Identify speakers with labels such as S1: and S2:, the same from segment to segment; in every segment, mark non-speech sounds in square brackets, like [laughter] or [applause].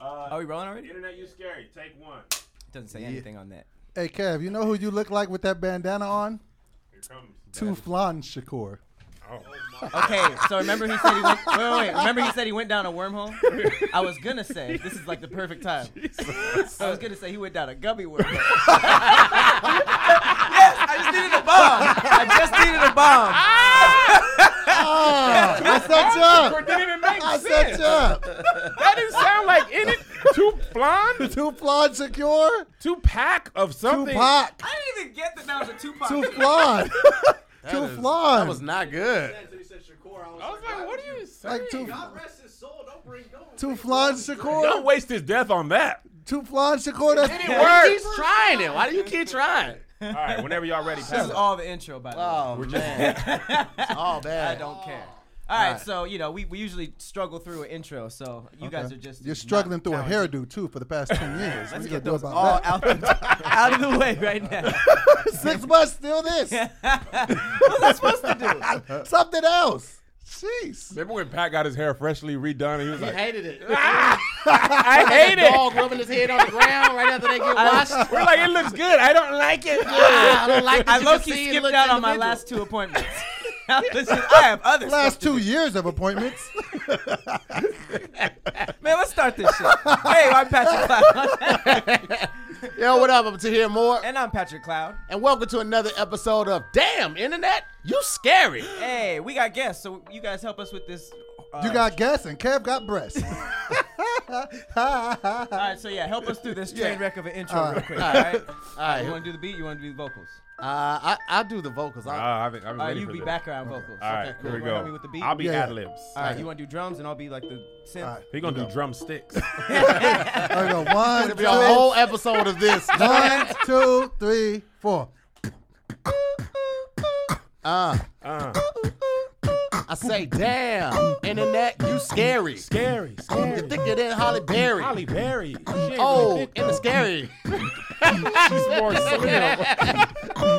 S1: Uh,
S2: Are we rolling already?
S1: Internet, you scary. Take one.
S2: Doesn't say
S3: Yeah.
S2: anything on that.
S3: Hey Kev, you know who you look like with that bandana on?
S1: Here comes.
S3: Tuflan Shakur.
S2: Okay, so remember he said he went. Wait, wait, wait. Remember he said he went down a wormhole. I was gonna say this is like the perfect time. I was gonna say he went down a gummy wormhole. [laughs] yes, I just needed a bomb. I just needed a bomb.
S3: Ah, I set you
S4: Or it
S3: up.
S4: didn't even
S2: [laughs]
S4: make
S3: I set
S4: sense.
S3: you up.
S4: That didn't sound like any two blonde,
S3: Tuflan Shakur.
S4: two pack of something.
S3: Tupac.
S2: I didn't even get that that was a Tupac. [laughs]
S3: Tuflan. [laughs]
S5: That is-
S3: Tuflan.
S5: That was not good.
S1: He said Shakur. I was
S4: I was like, what are you saying?
S3: like two,
S1: God rest his soul. Don't bring. Don't.
S3: two flans
S4: Don't
S3: Shakur,
S4: waste his death on
S2: [laughs]
S4: that.
S3: two flans Shakur. That's
S4: It
S3: [laughs]
S4: worked.
S5: He's trying it. Why do you keep trying?
S4: All right, whenever y'all ready,
S2: This is
S4: pass.
S2: all the intro, by the way.
S5: Oh man, it's all bad.
S2: I don't care. All right,
S5: Alright.
S2: so you know we, we usually struggle through an intro, so you guys are just
S3: You're struggling
S2: not
S3: through a
S2: talented.
S3: hairdo too for the past ten
S2: Let's
S3: years. What you
S2: get
S3: gonna do
S2: those
S3: about
S2: all
S3: that?
S2: out the, out of the way right [laughs] now.
S3: [laughs] Six months, still this.
S2: what was I supposed to do?
S3: [laughs] Something else. Jeez.
S4: Remember when Pat got his hair freshly redone and he was
S5: He
S4: like, "Ah!"
S5: hated [laughs] it.
S2: [laughs]
S4: I hate it.
S5: Dog rubbing his head on the ground right after they get washed.
S4: We're like, it looks good. I don't like
S2: [laughs]
S4: it.
S5: [laughs]
S2: Ah.
S5: I don't like that
S2: I
S5: you
S2: low
S5: can see
S2: key
S5: it
S2: skipped
S5: looked
S2: out on my
S5: individual.
S2: last two appointments.
S5: [laughs]
S2: [laughs] I was just- I have other stuff
S3: Last
S2: to
S3: two
S2: do.
S3: years of appointments.
S2: Man, let's start this shit. hey, I'm Patrick Cloud. [laughs]
S5: Yo, what up? I'm to hear more.
S2: and I'm Patrick Cloud.
S5: And welcome to another episode of Damn Internet, you scary.
S2: Hey, we got guests, so you guys help us with this. uh,
S3: You got gas and Kev got breasts.
S2: All right, so yeah, help us through
S3: [laughs]
S2: this train
S5: Yeah.
S2: wreck of an intro
S3: Uh, All
S2: real
S3: right.
S2: quick. All right.
S5: All right,
S2: You
S5: uh,
S2: want to do the beat? You want to do the vocals?
S5: I, I'll do the vocals.
S4: Oh,
S5: I,
S4: I've been, I've been
S2: All right,
S4: waiting
S2: you
S4: for
S2: be
S4: this.
S2: background vocals.
S4: All right, here we
S2: Wanna help me
S4: go.
S2: with the beat?
S4: I'll be
S3: Yeah.
S4: ad libs.
S2: All right, you want to do drums and I'll be like the synth.
S3: All right.
S4: He gonna do drumsticks.
S3: There we go. One,
S5: it'll be a whole episode of this.
S3: two, one, two, three, four.
S5: Uh,
S4: Uh,
S5: I say, damn Internet, you scary.
S4: scary,
S5: You
S4: scary.
S5: thicker than Holly Berry.
S4: Holly Berry.
S5: oh, in
S2: [laughs]
S5: the scary. [laughs]
S4: more slim.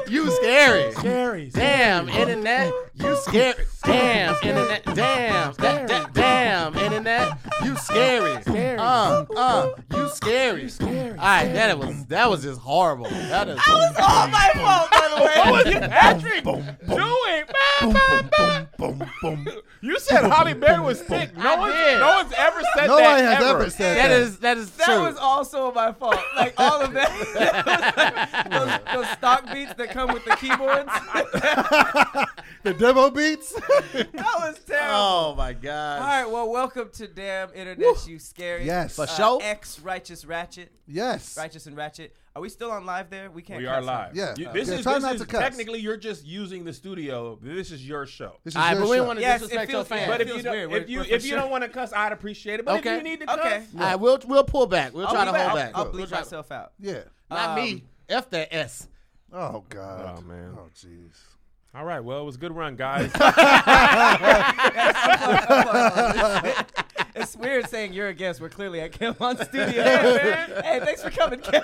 S5: you scary.
S4: Scary.
S5: Damn Internet, you scary. Damn Internet, damn, da- da- damn Internet, you scary. Uh, uh, you scary. All right, that was that was just horrible. That is.
S2: [laughs] Oh, my fault, by the
S3: [laughs]
S2: way.
S4: What was you, Patrick, doing? Bah, bah, bah. [laughs] You said Holly Berry was thick. No
S5: I
S4: one's,
S5: did.
S4: no one's ever said
S3: No one
S4: that
S3: has
S4: ever.
S3: ever said
S5: That is that is
S2: That
S5: true.
S2: was also my fault. Like all of
S5: [laughs]
S2: that, those, those stock beats that come with the
S5: [laughs]
S2: keyboards.
S3: [laughs] The demo beats.
S2: that was terrible.
S5: oh my
S2: All
S5: god.
S2: right, well, welcome to Damn Internet, You Scary.
S3: Yes. For
S5: sure.
S2: Ex Righteous Ratchet,
S3: yes.
S2: Righteous and Ratchet. Are we still on live there? We can't.
S4: We are
S2: cuss, huh?
S4: live.
S3: Yeah.
S4: You- this
S3: Yeah,
S4: is,
S3: try
S4: this
S3: not
S4: is
S3: to cuss.
S4: technically you're just using the studio. This is your show.
S3: This is
S5: All right,
S3: your
S5: but we
S3: show.
S5: don't want to
S2: Yes,
S5: disrespect
S2: it
S5: your
S2: feels-
S5: fans.
S4: But
S2: it
S4: if you
S2: feels
S4: don't,
S2: weird.
S4: if
S2: We're-
S4: you
S2: we're for
S4: if you
S2: sure.
S4: don't want to cuss, I'd appreciate it. But
S5: Okay.
S4: if you need to cuss,
S2: Okay.
S5: All right, we'll we'll pull back. We'll
S2: I'll
S5: try
S2: be
S5: to
S2: back.
S5: hold back.
S2: I'll
S5: We'll
S2: bleep
S5: try to-
S2: myself
S5: [laughs]
S2: out.
S3: Yeah.
S5: Not
S2: Um,
S5: me. F that S.
S3: Oh God.
S4: Oh, man.
S3: Oh jeez.
S4: all right. Well, it was a good run, guys.
S2: [laughs] It's weird saying you're a guest. We're clearly at Kim
S5: [laughs]
S2: on Studio. hey, thanks for coming, Kim.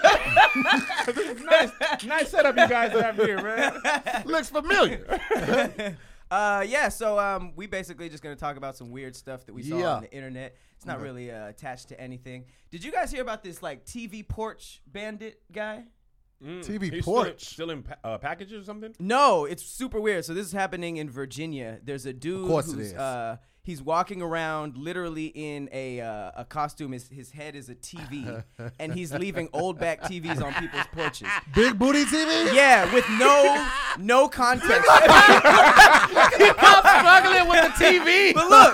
S4: nice, [laughs] nice setup you guys have here, [laughs] man.
S2: [laughs]
S5: Looks familiar.
S2: Uh, yeah, so um, we basically just gonna talk about some weird stuff that we saw
S5: Yeah.
S2: on the internet. It's not really uh, attached to anything. Did you guys hear about this like TV porch bandit guy?
S4: Mm,
S3: TV
S4: he's
S3: porch.
S4: still in, still in pa- uh, packages or something.
S2: No, it's super weird. So this is happening in Virginia. There's a dude
S3: course it
S2: who's
S3: is.
S2: uh he's walking around literally in a uh, a costume. His his head is a [laughs] TV, and he's leaving old back TVs on people's porches.
S3: Big booty TV.
S2: Yeah, with no [laughs] no context.
S5: I'm struggling with the
S2: [laughs]
S5: TV.
S2: but look,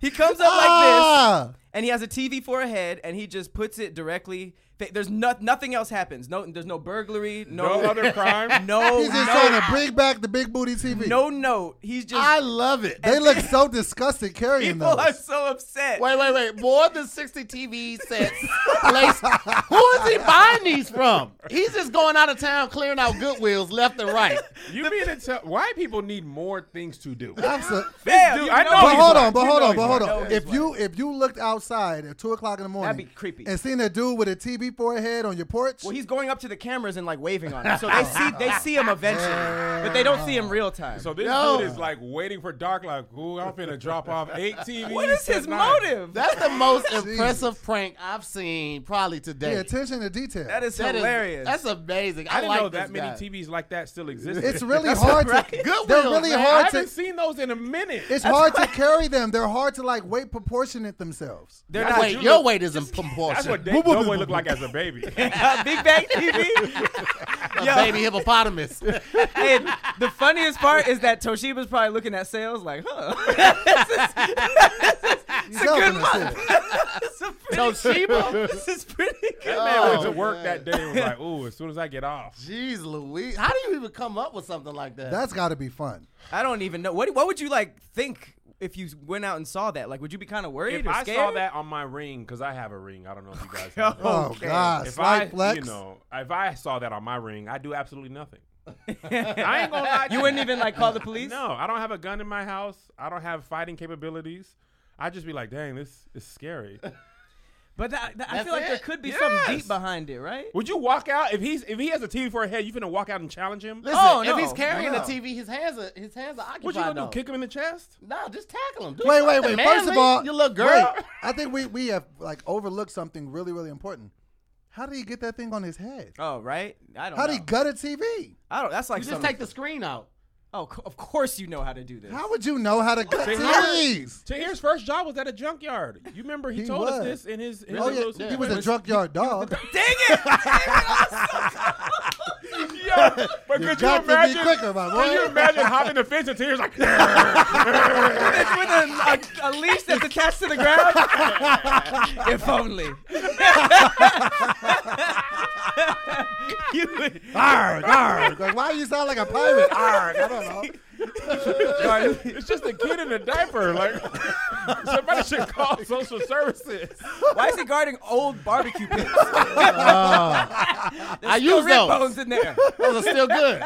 S2: he comes up like this,
S3: Ah!
S2: and he has a TV for a head, and he just puts it directly. th- There's no, nothing else happens. No, there's no burglary. No,
S4: No [laughs] other crime.
S2: [laughs] no,
S3: He's just
S2: no,
S3: trying to bring back the big booty TV.
S2: no note. He's just
S5: I love it.
S3: They look so disgusted carrying
S2: people are
S3: those.
S2: so upset.
S5: Wait, wait, wait. More than 60 TV sets placed. Who is he buying these from? He's just going out of town clearing out Goodwills left and right.
S4: You mean to tell why people need more things to do?
S3: Absolutely.
S2: Damn,
S4: Dude,
S2: you
S4: I know
S3: But
S4: he's
S3: hold
S4: white.
S5: [laughs]
S3: on, but
S4: You
S3: hold
S4: know
S3: on,
S4: he's
S3: but hold
S4: white.
S3: on.
S2: he's
S3: If you if you looked outside at two o'clock in the morning.
S2: be creepy.
S3: And seeing a dude with a TV forehead on your porch.
S2: Well, he's going up to the cameras and like waving on him, so they see they see him eventually, but they don't see him real time.
S4: So this
S5: No.
S4: dude is like waiting for dark, like, ooh, I'm finna drop off eight TVs.
S2: what is his
S4: tonight."
S2: motive?
S5: That's the most
S3: Jesus.
S5: impressive prank I've seen probably
S3: the
S5: today.
S3: attention to detail.
S2: that is
S5: That is-
S2: hilarious.
S5: that's amazing. I,
S4: I didn't
S5: like
S4: know that many
S5: TV.
S4: TVs like that still existed.
S3: it's really hard to.
S5: Good
S3: They're
S5: will,
S3: really
S4: [laughs]
S5: man.
S4: I
S3: hard
S4: haven't
S3: to.
S4: seen those in a minute.
S3: It's hard to carry them. They're hard to like weight proportionate themselves.
S2: They're
S5: That's
S2: not
S5: wait,
S4: you
S2: [laughs]
S5: your
S4: look-
S5: weight is in
S4: That's
S5: proportion.
S4: what Dave Doughboy looked like as a baby.
S2: Uh, Big Bang
S5: [laughs]
S2: TV. Yo,
S4: [laughs]
S5: Baby hippopotamus.
S2: and the funniest part is that Toshiba's probably looking at sales like, huh? [laughs]
S3: It's a good look.
S2: this, is pretty,
S5: Toshiba.
S2: this is
S5: [laughs]
S2: pretty good.
S4: I went to work that day and was like, ooh, as soon as I get off.
S5: Jeez Louise. How do you even come up with something like that?
S3: That's got to be fun.
S2: I don't even know. What what would you like think if you went out and saw that? Like, would you be kind of worried
S4: If
S2: or
S4: I
S2: scared?
S4: saw that on my ring, because I have a ring, I don't know if you guys have that.
S3: Oh
S2: Okay.
S3: God,
S4: If
S3: slight
S4: I,
S3: flex.
S4: you know, if I saw that on my ring, I'd do absolutely nothing. I ain't gonna lie. to
S2: [laughs] you wouldn't even like call the police.
S4: No, I don't have a gun in my house. I don't have fighting capabilities. I'd just be like, dang, this is scary.
S3: [laughs]
S2: But that, that- I
S5: That's
S2: feel like there
S5: it?
S2: could be
S4: Yes.
S2: something deep behind it, right?
S4: Would you walk out if he's if he has a TV for a head? You finna walk out and challenge him?
S5: Listen,
S2: Oh,
S5: if
S2: no.
S5: he's carrying
S3: No.
S5: a TV, his hands are his hands are occupied.
S4: What you gonna
S5: though.
S4: do? Kick him in the chest?
S5: No, just tackle him. Do
S3: Wait, wait,
S5: something
S3: wait. First of
S5: manly,
S3: all,
S5: you little girl. [laughs]
S3: wait. I think we we have like overlooked something really really important. How did he get that thing on his head?
S2: Oh, right. I don't.
S3: How
S2: know.
S3: did he gut a TV?
S2: I don't. That's like
S5: You
S2: some-
S5: just take the screen out.
S2: Oh, c- of course you know how to do this.
S3: How would you know how to gut
S4: See, how-
S3: TVs?
S4: Tahir's first job was at a junkyard. You remember he,
S3: He
S4: told us
S3: was.
S4: this in his. In
S3: Oh
S4: his little
S3: yeah, he was
S4: situation. [laughs]
S3: a junkyard dog.
S2: Dang it!
S4: Yo, but
S3: [laughs]
S4: could you
S3: got to be
S4: imagine?
S3: quicker, my
S4: Can
S3: boy.
S4: you imagine hopping the fence and Tahir's like,
S3: [laughs]
S2: It's with a, a, a leash that's attached to the ground. [laughs] if only. you would.
S3: Arg, arg. [laughs] Like, why you sound like a pirate? Arg, I don't know.
S4: it's just a kid in a diaper. Like [laughs] somebody should call social services.
S2: Why is he guarding old barbecue pits?
S5: I
S2: Still
S5: use
S2: rib
S5: those.
S2: bones in there.
S5: Those are still good.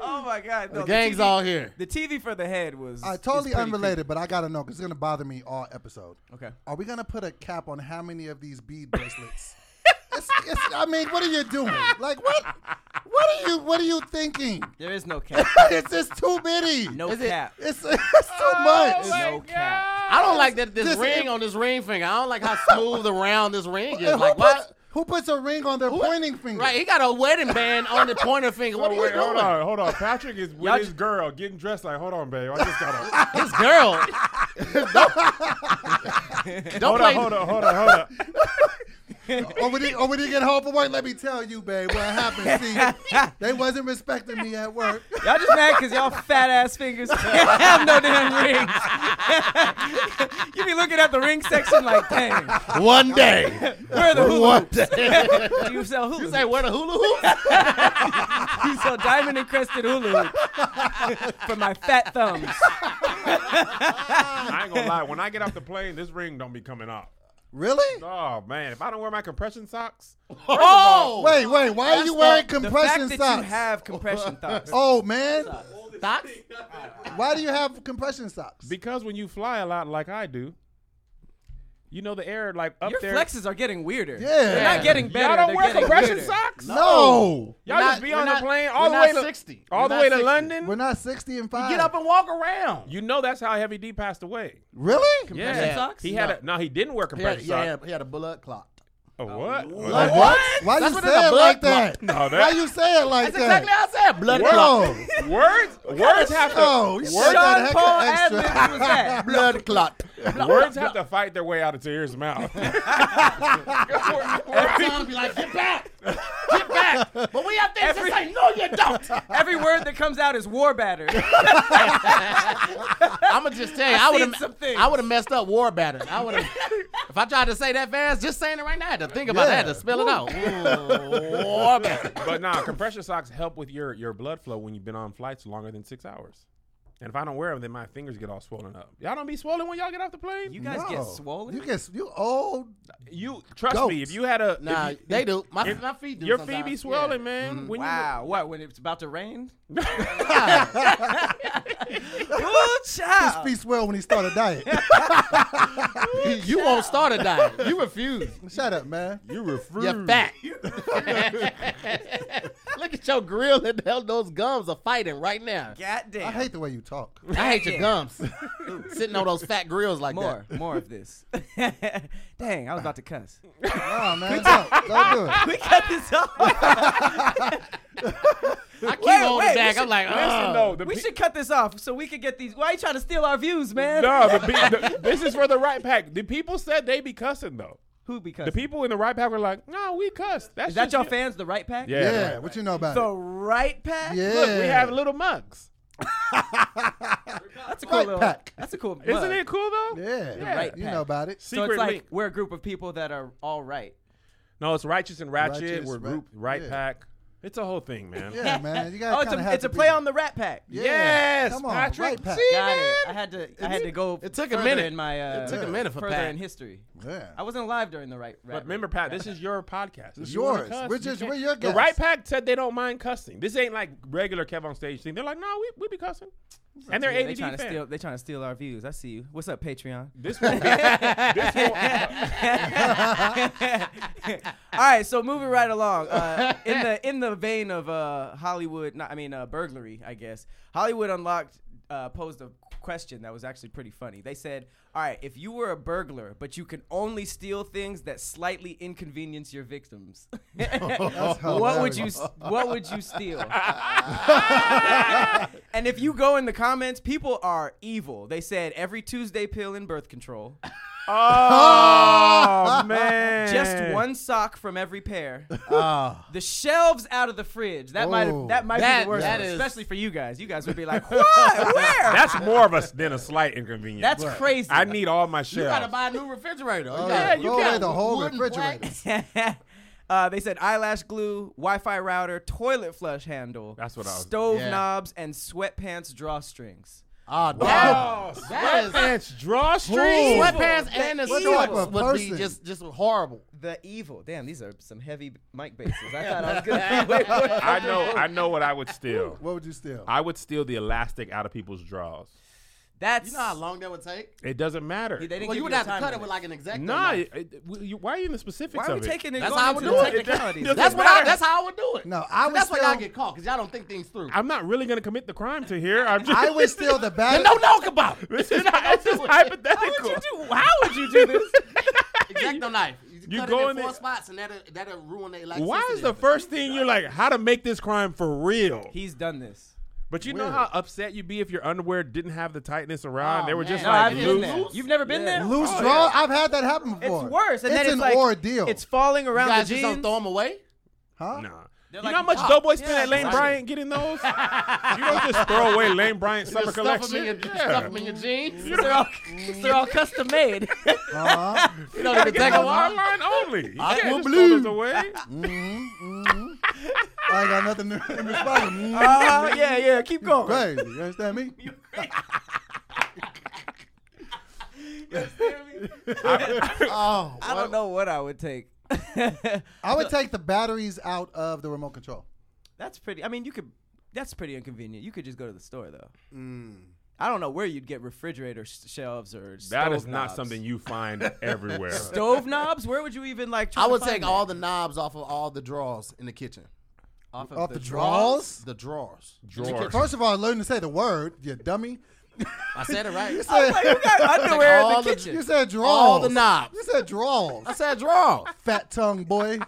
S2: Oh my god! No,
S5: The gang's
S2: TV
S5: all here.
S2: The TV for the head was
S3: All right,
S2: is
S3: Uh, totally
S2: pretty
S3: unrelated, but I gotta know because it's gonna bother me all episode.
S2: creepy. Okay.
S3: Are we gonna put a cap on how many of these bead bracelets? it's, it's, I mean, what are you doing? Like, what? What are you? What are you thinking? [laughs]
S2: There is [laughs] no cap.
S3: It's just too bitty.
S2: No
S5: Is it-
S2: cap.
S3: It's, [laughs] it's too much.
S2: no cap.
S5: I don't like that this
S3: Just-
S5: ring on this ring finger. I don't like how smooth around this ring is.
S3: [laughs] And
S5: Like
S3: who, puts,
S5: what?
S3: who puts a ring on their pointing finger?
S5: Right, he got a wedding band on the pointer finger. What are
S4: Oh,
S5: you
S4: wait, hold
S5: doing?
S4: on, hold on. Patrick is with
S2: Y'all
S4: his
S2: ju-
S4: girl getting dressed. Like, hold on, babe. I just gotta.
S2: [laughs]
S5: This girl. don't
S4: hold
S5: play.
S4: on, hold on, hold on, hold
S2: [laughs]
S4: on.
S3: Or when, he, or when he get home from work, let me tell you, babe, what happened. See, they wasn't respecting me at work.
S2: Y'all just mad because y'all fat ass fingers can't have no damn rings. [laughs] you be looking at the ring section like, dang,
S5: One day.
S2: [laughs] where are the hula
S5: One
S2: hoops?
S5: day.
S2: Do you sell hula
S5: You
S2: hoops?
S5: say where the hula hoop?
S2: You sell diamond encrusted hula hoops
S3: [laughs]
S2: for my fat thumbs.
S4: I ain't gonna lie. When I get off the plane, this ring don't be coming off.
S3: Really?
S4: Oh man, if I don't wear my compression socks,
S5: Oh,
S3: Wait, wait. Why are you wearing
S2: The
S3: compression
S2: fact that you
S3: socks?
S2: have
S3: [laughs]
S2: compression socks.
S3: oh man,
S5: Socks?
S3: why do you have compression socks?
S4: because when you fly a lot like I do, you know the air like up
S2: Your
S4: there.
S2: flexes are getting weirder.
S3: Yeah.
S2: They're not getting better.
S4: Y'all don't
S2: they're
S4: wear
S2: getting
S4: compression
S2: weirder.
S4: socks.
S3: no,
S4: Y'all
S5: We're
S4: just
S5: not-
S4: be
S5: we're
S4: on
S5: not-
S4: the plane
S5: we're
S4: all the
S5: not
S4: way to
S5: 60.
S4: all
S5: We're
S4: the
S5: not
S4: way to
S5: 60.
S4: London.
S3: we're not sixty and five.
S5: Get up and walk around.
S4: You know that's how Heavy D passed away.
S3: really?
S2: Compression
S5: Yeah.
S2: socks?
S4: He had a no. He didn't wear
S5: Yeah,
S4: compression
S5: yeah,
S4: socks.
S5: he had a blood clot.
S4: A what?
S3: Like, what? Why
S5: That's
S3: you
S5: what
S3: say
S5: it's a
S3: it
S5: blood
S3: like that?
S4: No,
S3: Why
S4: that
S3: you say it like
S5: That's
S3: that?
S5: exactly how I said blood clot.
S3: Whoa.
S4: words words have
S3: Oh, you
S4: to
S3: said
S4: words,
S3: that
S2: Sean
S3: heck
S2: Paul
S3: extra.
S2: ad-lib was that.
S3: [laughs]
S5: Blood clot.
S4: words have to fight their way out of Tahir's mouth. [laughs]
S5: Every time be like, get back, get back. But we have things
S2: Every-
S5: to say. No, you don't.
S2: Every word that comes out is war batter.
S5: I'ma just tell you, I,
S2: seen
S5: would
S2: some
S5: have,
S2: things.
S5: I would have messed up war batter. I would have. [laughs] if I tried to say that fast, just saying it right now, I had to think about
S3: Yeah.
S5: that, to spell it out. Ooh, war batter.
S4: but nah, compression socks help with your your blood flow when you've been on flights longer than six hours. And if I don't wear them, then my fingers get all swollen up. Y'all don't be swollen when y'all get off the plane.
S2: You
S4: You,
S2: guys get
S3: No.
S2: swollen?
S3: You get you old.
S4: trust
S3: Goats.
S4: me. If you had a if
S5: Nah,
S4: you-
S5: they do. My,
S4: if-
S5: my feet do.
S4: your feet
S5: sometimes.
S4: be
S5: Yeah. [laughs]
S2: Mm-hmm.
S4: swolling, man. When you-
S2: [laughs] Wow, what when it's about to rain? Ooh,
S3: His
S2: child.
S3: feet swell when he start a
S4: [laughs]
S3: diet.
S5: you won't start a diet. You refuse.
S3: Shut up, man.
S4: You refuse.
S5: You're fat. [laughs] Look at your grill and hell, those gums are fighting right now.
S2: God damn.
S3: I hate the way you
S4: [laughs]
S3: talk.
S5: I hate your
S2: Yeah.
S5: gums. Sitting on those fat grills
S2: [laughs]
S5: like
S2: more, more of [laughs] this. Dang, I was about to cuss.
S3: Nah, man. Don't, don't do it.
S2: [laughs] We cut this off.
S5: that. I keep
S2: Wait,
S5: holding
S2: wait,
S5: back.
S2: we
S5: I'm like,
S4: Listen,
S5: oh.
S4: though, the
S2: we
S4: pe-
S2: should cut this off so we could get these. Why you trying to steal our views, man?
S4: No, the, pe- [laughs] the, this is for the right pack. The people said they be cussing though.
S2: Who be
S4: The
S2: cussing?
S4: people in the right pack were like, "No, we cussed." That's
S2: Is that
S4: just
S2: your
S4: you."
S2: fans, the right pack?
S4: Yeah.
S3: Yeah,
S4: right, right.
S3: what you know about
S2: The
S3: it?
S2: right pack?
S3: Yeah.
S4: Look, we have little mugs.
S2: That's a cool
S3: Right
S2: little,
S3: pack.
S2: That's a cool.
S4: Isn't
S2: mug.
S4: it cool though?
S3: Yeah,
S2: right
S3: you
S2: pack.
S3: know about it.
S2: So
S4: Secret
S2: it's like
S4: link.
S2: we're a group of people that are all right.
S4: No, it's righteous and ratchet.
S3: Righteous,
S4: we're
S3: right-
S4: group right
S3: yeah.
S4: pack. It's a whole thing, man.
S3: Yeah, man. You gotta
S2: Oh, it's
S3: kinda
S2: a,
S3: have
S2: it's
S3: to
S2: a play
S3: be-
S2: on the Rat Pack.
S3: Yeah.
S4: Yes,
S3: Come on,
S4: Patrick.
S3: right pack.
S4: See,
S2: Got
S4: man?
S2: it. I had to. I had to go.
S5: it took a
S2: further
S5: minute.
S2: in my. Uh,
S5: It took a minute for
S2: further
S5: Pat.
S2: in history.
S3: Yeah.
S2: I wasn't alive during the right.
S4: But remember, Pat, this is your podcast.
S3: It's
S4: If you wanna
S3: yours.
S4: cuss,
S3: We're
S4: you
S3: just-
S4: can.
S3: we're your
S4: The
S3: guests.
S4: right pack said they don't mind cussing. This ain't like regular Kev on stage thing. They're like, no, we, we be cussing, and they're
S2: they
S4: ADD
S2: trying
S4: fans.
S2: to steal. They trying to steal our views. I see you. What's up, Patreon?
S4: This one,
S2: [laughs]
S4: this one,
S3: [laughs]
S2: All right, so moving right along. Uh, in the in the vein of uh, Hollywood, not, I mean uh, burglary, I guess. Hollywood Unlocked uh, posed a question that was actually pretty funny. They said, "All right, if you were a burglar, but you can only steal things that slightly inconvenience your victims, [laughs] what would you s- what would you steal?" and if you go in the comments, people are evil. They said every Tuesday pill and birth control.
S3: [laughs]
S4: oh man,
S5: Eh.
S2: Just one sock from every pair.
S5: Ah.
S2: The shelves out of the fridge. That might
S3: Oh.
S2: that might be
S5: That-
S2: the worst,
S5: that
S2: one,
S5: is-
S2: especially for you guys. You guys would be like, [laughs] "What? Where?"
S4: That's more of us than a slight inconvenience.
S2: That's crazy.
S4: I need all my
S5: You gotta
S4: shells.
S5: buy a new refrigerator.
S3: Oh,
S5: gotta-
S3: yeah,
S4: you
S3: throw
S4: got
S3: away the whole
S5: wooden
S3: refrigerator.
S5: planks.
S2: [laughs] uh, they said eyelash glue, Wi-Fi router, toilet flush handle.
S4: That's what I was-
S2: Stove
S5: Yeah.
S2: knobs and sweatpants drawstrings.
S5: [laughs] Ah,
S4: Wow.
S5: dog. That is-
S4: Sweatpants, drawstrings.
S5: Sweatpants and the
S2: What
S5: shorts
S3: type of
S5: would be
S3: person?
S5: just, just horrible.
S2: The evil. Damn, these are some heavy mic bases. I thought
S5: [laughs]
S2: I was gonna. Wait, wait, wait.
S4: [laughs] I know. I know what I would steal.
S3: [laughs] What would you steal?
S4: I would steal the elastic out of people's draws.
S2: That's
S5: You know how long that would take?
S4: It doesn't matter.
S2: They didn't
S5: Well,
S2: give
S5: you would
S2: a
S5: have to
S2: time
S5: cut it
S2: limit.
S5: with like an exacto
S4: Nah,
S5: knife.
S4: it, it- w- you- why are you in the specifics
S2: Why are we
S4: of it?
S2: taking it?
S5: That's
S2: going
S5: how I would
S2: into the
S5: do it.
S2: technicalities?
S4: It
S5: That's
S4: doesn't
S5: what I,
S4: matter.
S5: that's how I would do it.
S3: No, I would
S5: That's why y'all
S3: still-
S5: get caught because y'all don't think things
S4: [laughs]
S5: through.
S4: I'm not really gonna commit the crime to here. I'm just.
S3: I would
S2: [laughs]
S3: steal the bag.
S5: and don't talk about
S4: [laughs]
S5: it.
S4: This is, this is hypothetical.
S2: How would you do? How would you do
S5: [laughs]
S2: this?
S5: Exacto knife. You,
S4: You
S5: cut
S4: go
S5: it
S4: in
S5: in four
S4: it-
S5: spots and that'll, that'll ruin the electricity.
S4: Why is the
S5: of it.
S4: first thing you're like, how to make this crime for real?
S2: He's done this.
S4: But you know
S3: Weird.
S4: how upset you'd be if your underwear didn't have the tightness around.
S5: Oh,
S4: they were just
S5: man.
S2: No,
S4: like
S2: I've
S5: it
S2: been
S5: is
S4: loose.
S2: there.
S5: loose?
S2: You've never been there?
S3: Loose
S4: Oh,
S3: draw? I've had that happen
S2: It's
S3: before.
S2: worse. And
S3: it's
S2: then it's
S3: an
S2: like,
S3: ordeal.
S2: It's falling
S5: You
S2: around
S5: guys
S2: the
S5: just
S2: jeans.
S5: don't throw them away?
S3: huh?
S4: Nah. You
S2: They're
S4: know
S2: like
S4: how much
S2: pop.
S4: Doughboy spent
S2: Yeah,
S4: at Lane
S2: right.
S4: Bryant getting [laughs] those? you don't just throw away Lane Bryant's summer
S5: Just stuff them in your,
S4: collection.
S5: just stuff
S4: Yeah.
S5: 'em in your jeans.
S2: they're, all, [laughs] they're all custom [laughs] made.
S4: [laughs]
S3: Uh-huh.
S5: You don't need to take
S4: Take a
S5: them off.
S4: online only. [laughs] You
S5: I
S4: can't
S5: will
S4: just throw those
S5: believe.
S4: away.
S3: I ain't got nothing to
S4: [laughs]
S3: [laughs] respond to.
S4: Uh-huh.
S2: uh, yeah, yeah. Keep going.
S3: Crazy. You understand me?
S5: Oh,
S2: I don't know what I would take. [laughs]
S3: I would take the batteries out of the remote control.
S2: that's pretty. I mean, you could. That's pretty inconvenient. You could just go to the store though. I don't know where you'd get refrigerator sh- shelves or.
S4: That
S2: stove
S4: is not
S2: knobs.
S4: something you find everywhere.
S2: [laughs] Stove knobs? Where would you even like? Try
S5: I
S2: to
S5: would
S2: find
S5: take
S2: that?
S5: all the knobs off of all the drawers in the kitchen. of
S3: Off the drawers?
S5: The drawers.
S4: Drawers.
S3: First of all, learn to say the word, you dummy.
S5: I said it right.
S3: You said,
S2: Like, [laughs]
S3: [laughs]
S2: you got underwear in
S5: all
S2: the
S5: the-
S2: kitchen.
S3: you said draws.
S5: all the knobs.
S3: You said draws.
S5: I said drawers.
S3: [laughs] Fat tongue boy.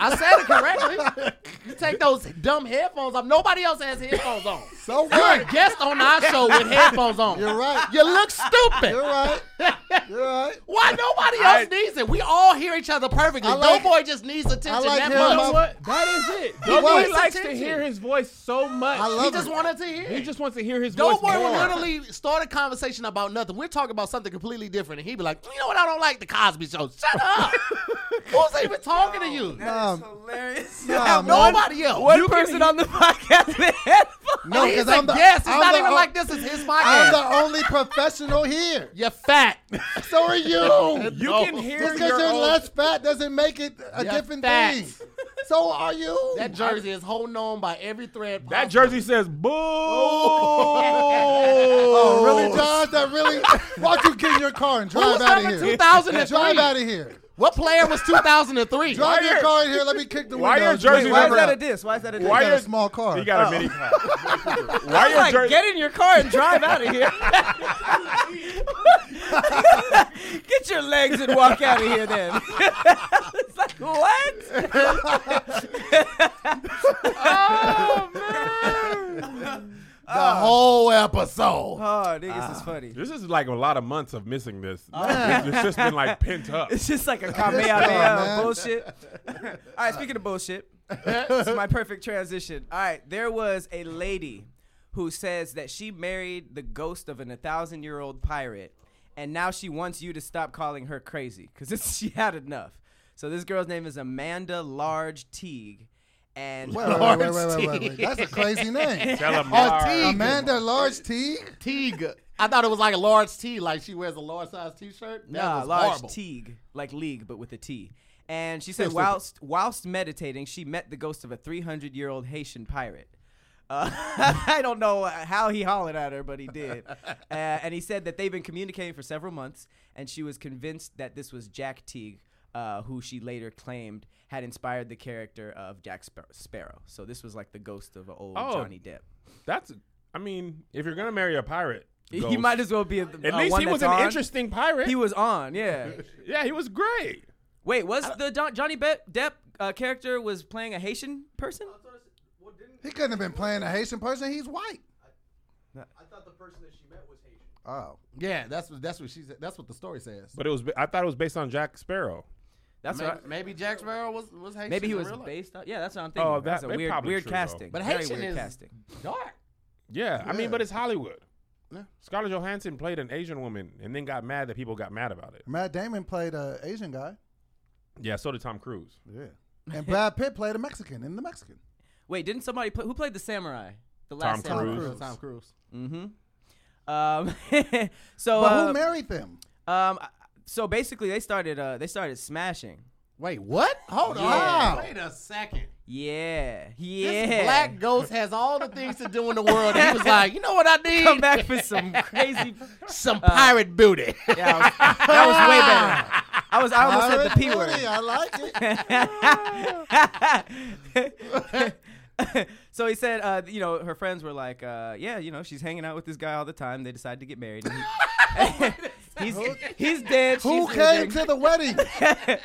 S5: I said it correctly. You take those dumb headphones off. Nobody else has headphones on.
S3: So
S5: You're a
S3: what?
S5: guest on our show with headphones on.
S3: You're
S5: [laughs]
S3: right.
S5: You look stupid.
S3: You're right. You're right.
S5: Why nobody
S4: I-
S5: else needs it? We all hear each other perfectly.
S3: I like-
S5: no boy just needs
S3: I
S5: attention
S3: like
S5: that
S3: hearing
S5: much.
S3: my-
S4: That is [laughs] it.
S3: He wants
S4: Doughboy likes to
S5: attention.
S4: hear his voice so much.
S3: I love
S5: He
S3: it.
S5: just wanted to hear.
S4: He
S5: it.
S4: just wants to hear his voice.
S5: Don't worry,
S4: more.
S5: we literally start a conversation about nothing. We're talking about something completely different, and he'd be like, "You know what? I don't like the Cosby Show. Shut up.
S3: [laughs]
S5: Who's even talking to you?
S3: Um,
S2: [laughs] hilarious.
S3: nah, man.
S5: Nobody else. Oh,
S2: One person on the [laughs] podcast with headphones.
S3: No,
S5: He's
S3: because
S5: a
S3: I'm the
S5: guest. It's
S3: I'm
S5: not
S3: the
S5: even
S3: o-
S5: like this is his
S3: I'm
S5: podcast.
S3: the only professional here.
S5: You're fat.
S3: So are you.
S4: You
S5: No.
S4: can hear
S3: Just
S4: your
S3: because you're
S4: own-
S3: less fat doesn't make it a
S5: You're
S3: different
S5: fat.
S3: thing. So are you?
S5: That jersey is holding on by every thread.
S4: That
S5: possible.
S4: jersey says boo.
S3: Oh, really, John? That really? Why don't you get in your car and
S5: Who
S3: drive
S5: was
S3: out of
S5: number
S3: here?
S5: 2003?
S3: Drive out of here.
S5: What player was 2003?
S3: Drive your
S4: your-
S3: car in here. Let me kick the
S4: why your
S3: windows.
S4: jersey
S2: Wait, why is
S4: number-
S2: that a
S3: up.
S2: diss? Why is that a diss?
S4: Why
S3: Got
S4: your-
S3: a small car?
S4: He got
S2: Oh.
S4: a mini.
S2: I
S4: Why
S2: was
S4: your
S2: like,
S4: jersey?
S2: get in your car and drive out of here. [laughs] get your legs and walk out of here then. [laughs] it's like, what?
S5: The whole episode.
S2: [laughs] Oh, niggas is funny.
S4: This is like a lot of months of missing this. It's just been like pent up.
S2: It's just like a
S3: guy,
S2: kamehameha
S3: man.
S2: of bullshit. [laughs] All right, speaking of bullshit, this is my perfect transition. All right, there was a lady who says that she married the ghost of an a thousand year old pirate, and now she wants you to stop calling her crazy because [laughs] she had enough. So this girl's name is Amanda Large Teague, and
S3: Wait, wait, wait, wait, wait, wait, wait, wait. That's a crazy name. Uh,
S4: Tell him,
S5: Or
S4: Marv.
S5: Teague.
S3: Amanda Large Teague.
S5: [laughs] Teague. I thought it was like a large T, like she wears a large size T-shirt. That
S2: Nah,
S5: was
S2: large
S5: horrible.
S2: Teague, like league, but with a T. And she said,
S5: Still stupid.
S2: whilst whilst meditating, she met the ghost of a 300 year old Haitian pirate. Uh, [laughs] I don't know how he hollered at her, but
S4: [laughs]
S2: he did. uh, and he said that they've been communicating for several months, and she was convinced that this was Jack Teague, uh, who she later claimed had inspired the character of Jack Spar- Sparrow. So this was like the ghost of an old
S4: Oh.
S2: Johnny Depp. [laughs]
S4: That's. I mean, if you're gonna marry a pirate,
S2: He
S4: ghost,
S2: might as well be a, the
S4: At
S2: uh,
S4: least
S2: one
S4: he was
S2: that's
S4: an
S2: on.
S4: interesting pirate.
S2: He was on, yeah.
S4: [laughs] yeah, he was great.
S2: Wait, was the Don- Johnny Be- Depp uh, character was playing a Haitian person?
S1: Well, didn't
S3: He couldn't have been playing a Haitian person. He's white.
S1: I thought the person that she met was Haitian.
S3: Oh,
S5: Yeah, that's what that's what she said. That's what the story says.
S4: But it was. I thought it was based on Jack Sparrow.
S2: That's
S5: maybe,
S2: what. I-
S5: maybe Jack Sparrow was was Haitian.
S2: maybe he
S5: in
S2: was
S5: real life.
S2: based on. Yeah, that's what I'm thinking.
S4: Oh,
S2: that's
S4: that-
S2: a
S4: they
S2: weird,
S4: probably
S2: weird
S4: true, though.
S2: casting.
S5: But
S2: Very
S5: Haitian
S2: weird
S5: is
S2: casting.
S5: dark.
S4: Yeah, I
S3: Yeah.
S4: mean, but it's Hollywood.
S5: Yeah.
S4: Scarlett Johansson played an Asian woman and then got mad that people got mad about it.
S3: Matt Damon played a Asian guy.
S4: Yeah, so did Tom Cruise.
S3: Yeah. And Brad Pitt played a Mexican in the Mexican.
S2: Wait, didn't somebody play, who played the samurai? The
S4: Tom
S2: last samurai.
S4: Cruise.
S5: Tom Cruise.
S2: Mm-hmm. Um, [laughs] so,
S3: But
S2: uh,
S3: who married them?
S2: um, I- so basically, they started. Uh, they started smashing.
S5: Wait, what? Hold
S3: Yeah.
S5: on. Wait a second.
S2: Yeah, yeah.
S5: This black ghost has all the things to do in the world. And he was like, you know what I need?
S2: come back for some
S5: [laughs]
S2: crazy.
S5: Some pirate booty.
S2: Yeah, I was, that was way
S5: [laughs]
S2: better. I was. I almost said the
S3: Pirate
S2: p word.
S3: Booty, I like it.
S2: [laughs] so he said, uh, you know, her friends were like, uh, yeah, you know, she's hanging out with this guy all the time. They decided to get married. And he- [laughs] he's he's dead.
S3: Who
S2: [laughs] she's
S3: came
S2: living.
S3: to the wedding?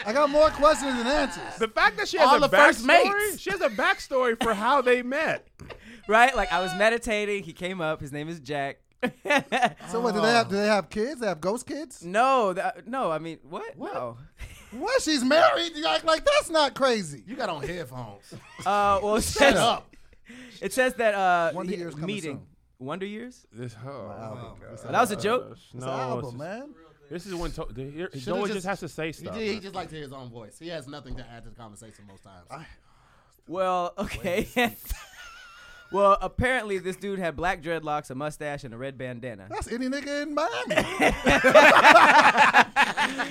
S3: I got more questions than answers.
S4: The fact that she has
S5: All
S4: a
S5: the
S4: the
S5: first
S4: backstory,
S5: mates.
S4: she has a backstory for how they met.
S2: right? Like I was meditating. He came up. His name is Jack. [laughs]
S3: So what do they have? Do they have kids? They have ghost kids?
S2: no, that, no. I mean, what? No.
S3: What? She's married? You act like that's not crazy.
S5: You got on [laughs] headphones.
S2: Uh, well, it says,
S5: up.
S2: It says that uh,
S3: Wonder
S2: he-
S3: Years coming
S2: meeting.
S3: soon.
S2: Wonder years?
S4: This, oh, Uh,
S2: that was a joke.
S3: It's
S4: No,
S3: an
S4: it's
S3: album,
S4: just-
S3: man.
S4: This is when to, the, here,
S5: Should've
S4: Joey just,
S5: just-
S4: has to say
S5: He,
S4: stuff.
S5: did- he just likes to hear his own voice. He has nothing to add to the conversation most times.
S2: Well, okay. [laughs] well, apparently this dude had black dreadlocks, a mustache, and a red bandana.
S3: That's any nigga
S2: [laughs]
S3: in Miami.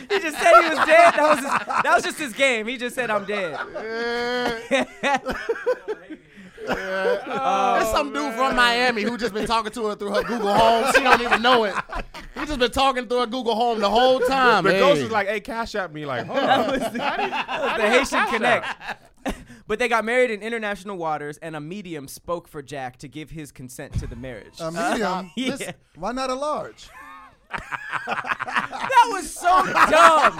S2: He just said he was dead. That was his, that was just his game. He just said I'm dead.
S5: There's some dude from Miami who just been talking to her through her Google Home. She don't even know it. He just been talking through her Google Home the whole time.
S4: the
S5: hey.
S4: ghost is like, "Hey, cash at me!" Like, hold on.
S2: The Haitian connect. [laughs] But they got married in international waters, and a medium spoke for Jack to give his consent to the marriage.
S4: Um,
S3: A medium.
S2: [laughs] yeah.
S3: Listen, Why not a large?
S2: that was so dumb.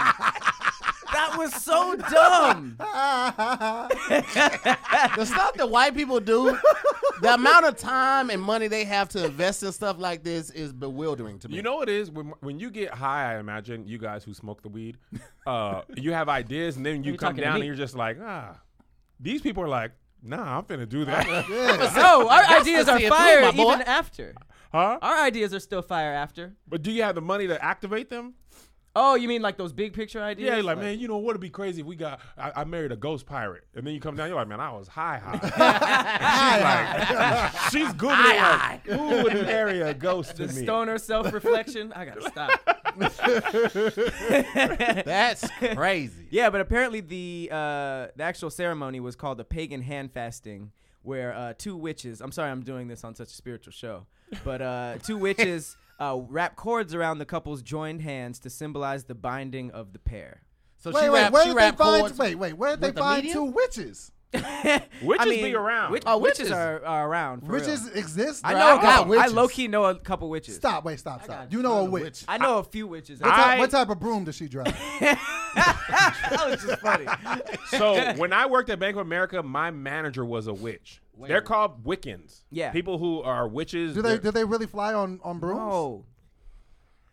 S2: That was so
S5: [laughs]
S2: dumb.
S5: the stuff that white people do, the amount of time and money they have to invest in stuff like this is bewildering to me.
S4: You know what it is when when you get high. I imagine you guys who smoke the weed,
S2: [laughs]
S4: uh, you have ideas, and then you
S2: you
S4: come
S2: talking to
S4: down and
S2: me?
S4: you're just like, ah, these people are like, nah, I'm finna do
S2: [laughs]
S4: that,
S3: Yeah.
S2: No, our ideas
S5: to
S2: are
S5: see it through,
S2: fire
S5: my boy.
S2: even after.
S4: [laughs] huh?
S2: Our ideas are still fire after.
S4: But do you have the money to activate them?
S2: Oh, you mean like those big picture ideas?
S4: Yeah, like, man, you know what'd be crazy if we got I, I married a ghost pirate, and then you come down, you're like, man, I was high
S2: [laughs]
S4: high. [laughs] And she's like, she's googling like, who would marry a ghost to
S2: the
S4: me?
S2: stoner self reflection. I gotta stop.
S5: [laughs] That's crazy.
S2: Yeah, but apparently the uh, the actual ceremony was called the pagan hand fasting, where uh, two witches. I'm sorry, I'm doing this on such a spiritual show, but uh,
S4: [laughs]
S2: two witches uh, wrap cords around the couple's joined hands to symbolize the binding of the pair.
S5: So
S3: wait,
S5: she
S3: wait,
S5: wrapped,
S3: where
S5: she
S3: did they
S5: wrapped
S3: find?
S5: cords-
S3: Wait, wait, where did they
S5: with the
S3: find
S5: medium?
S3: two witches?
S4: Witches
S2: I mean,
S4: be around.
S2: wit-
S5: Oh,
S2: witches,
S5: witches.
S2: are, are around. for
S3: Witches
S2: real.
S3: exist.
S2: I
S3: bro?
S2: know. A
S5: I
S2: couple,
S5: got witches.
S2: I low key know a couple witches.
S3: Stop. Wait. Stop.
S5: got
S3: Stop. You know a
S5: another
S3: witch.
S5: witch.
S2: I know a few witches.
S3: What,
S4: I-
S3: type, what type of broom does she drive?
S2: that was just funny.
S4: [laughs]
S2: [laughs]
S4: so when I worked at Bank of America, my manager was a witch. They're called Wiccans.
S2: Yeah.
S4: people who are witches.
S3: Do they
S4: they're-
S3: do they really fly on on brooms?
S2: Oh,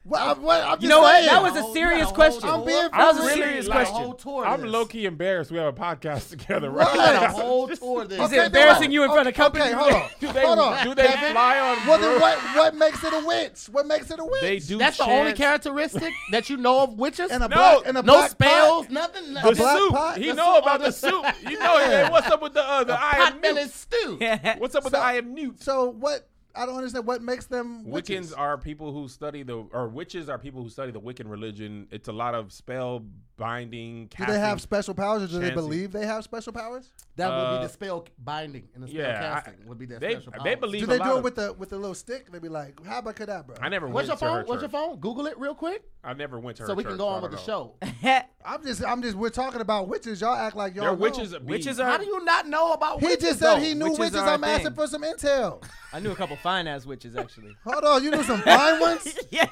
S3: What, I, what, I'm
S2: you
S3: just
S2: know what?
S3: saying.
S2: That was
S5: Oh,
S2: a
S5: you
S2: serious
S5: got a
S2: question.
S3: whole- I'm being
S2: That was a
S3: really,
S2: serious
S4: like,
S2: question.
S5: whole tour of
S4: I'm
S5: this.
S4: low key embarrassed. We have a podcast [laughs] together
S3: What?
S4: right
S5: I had a
S4: now.
S5: whole tour of this.
S2: Is
S3: Okay,
S2: it embarrassing
S3: then
S2: you in front of company?
S3: Okay, hold on.
S2: [laughs]
S4: Do they,
S3: hold on.
S4: do they fly on?
S3: Well, then
S4: broom?
S3: what what makes it a witch? What makes it a witch?
S4: They do.
S5: That's the only
S4: chants-
S5: characteristic that you know of witches?
S3: And a
S4: No,
S3: black and a
S5: no
S3: black
S5: spells,
S3: pot?
S5: nothing.
S4: The
S3: A black
S4: soup.
S3: pot?
S4: He
S3: The
S4: know about the
S3: [laughs]
S4: soup. You know hey, what's up with the uh, the I am
S5: Potbelly
S4: Newt.
S5: stew.
S2: [laughs]
S4: What's up with
S3: So-
S4: the I am Newt?
S3: So what? I don't understand what makes them witches.
S4: Wiccans are people who study the, or witches are people who study the Wiccan religion. It's a lot of spell binding.
S3: do they have special powers, or do they
S4: Chansey.
S3: believe they have special powers?
S5: That would
S4: Uh,
S5: be the spell binding and the spell
S4: yeah, I-
S5: casting would be that
S4: They,
S5: special
S4: they
S5: power.
S4: believe.
S3: Do they
S4: a lot
S3: do it
S4: of-
S3: with the with the little stick? They be like, "How about that, bro?"
S4: I never went
S5: What's your
S4: to her
S5: phone? What's your
S4: church.
S5: phone? Google it real quick
S4: I never went to her
S5: so we
S4: church,
S5: can go
S4: so I
S5: on with the
S4: don't know.
S5: show.
S3: I'm just, I'm just. We're talking about witches. Y'all act like y'all
S4: They're
S3: know.
S4: witches. be-
S2: Witches
S5: [laughs] How
S2: are.
S5: do you not know about
S3: He
S5: witches?
S3: just said
S5: though?
S3: he knew
S2: Witches
S3: witches.
S2: are a
S3: I'm asking
S2: thing.
S3: for some intel.
S2: I knew a couple fine ass
S4: [laughs]
S2: witches actually.
S3: Hold on, you knew some fine ones.
S2: yeah.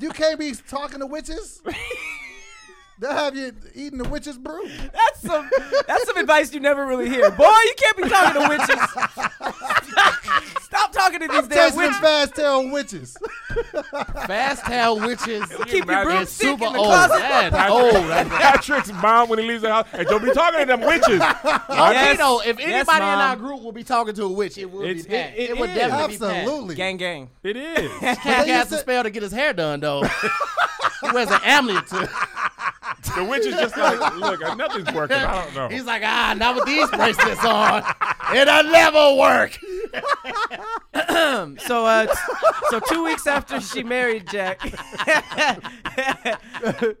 S3: You can't be talking to witches. They'll have you eating the witch's brew.
S2: That's some that's some advice you never really hear. Boy, you can't be talking to witches. [laughs] Stop talking to these damn
S3: Taste them
S2: witches.
S3: fast tail witches.
S5: Fast tail witches.
S2: [laughs] Keep your
S4: Imagine-
S2: broomstick in
S5: super
S2: the
S5: old.
S2: closet. [laughs]
S5: That's
S4: Patrick-
S5: old. Oh, That's
S4: [laughs] Patrick's mom when he leaves the house. And don't be talking to them witches.
S5: [laughs]
S2: Yes.
S5: Tito, if anybody
S2: Yes,
S5: in our
S2: Mom.
S5: group will be talking to a witch, it will
S4: It's-
S5: be Pat.
S4: it- it
S5: would
S4: is.
S5: definitely be
S3: Absolutely.
S2: Gang gang.
S4: It is.
S5: Pat. Cat
S3: They
S5: has
S3: used
S5: to
S3: to-
S5: spell to get his hair done though. he wears an amulet too.
S4: The witch is just like, look, nothing's working. I don't know.
S5: He's like, ah, not with these bracelets on. It'll never work.
S2: So uh t- so 2 weeks after she married Jack,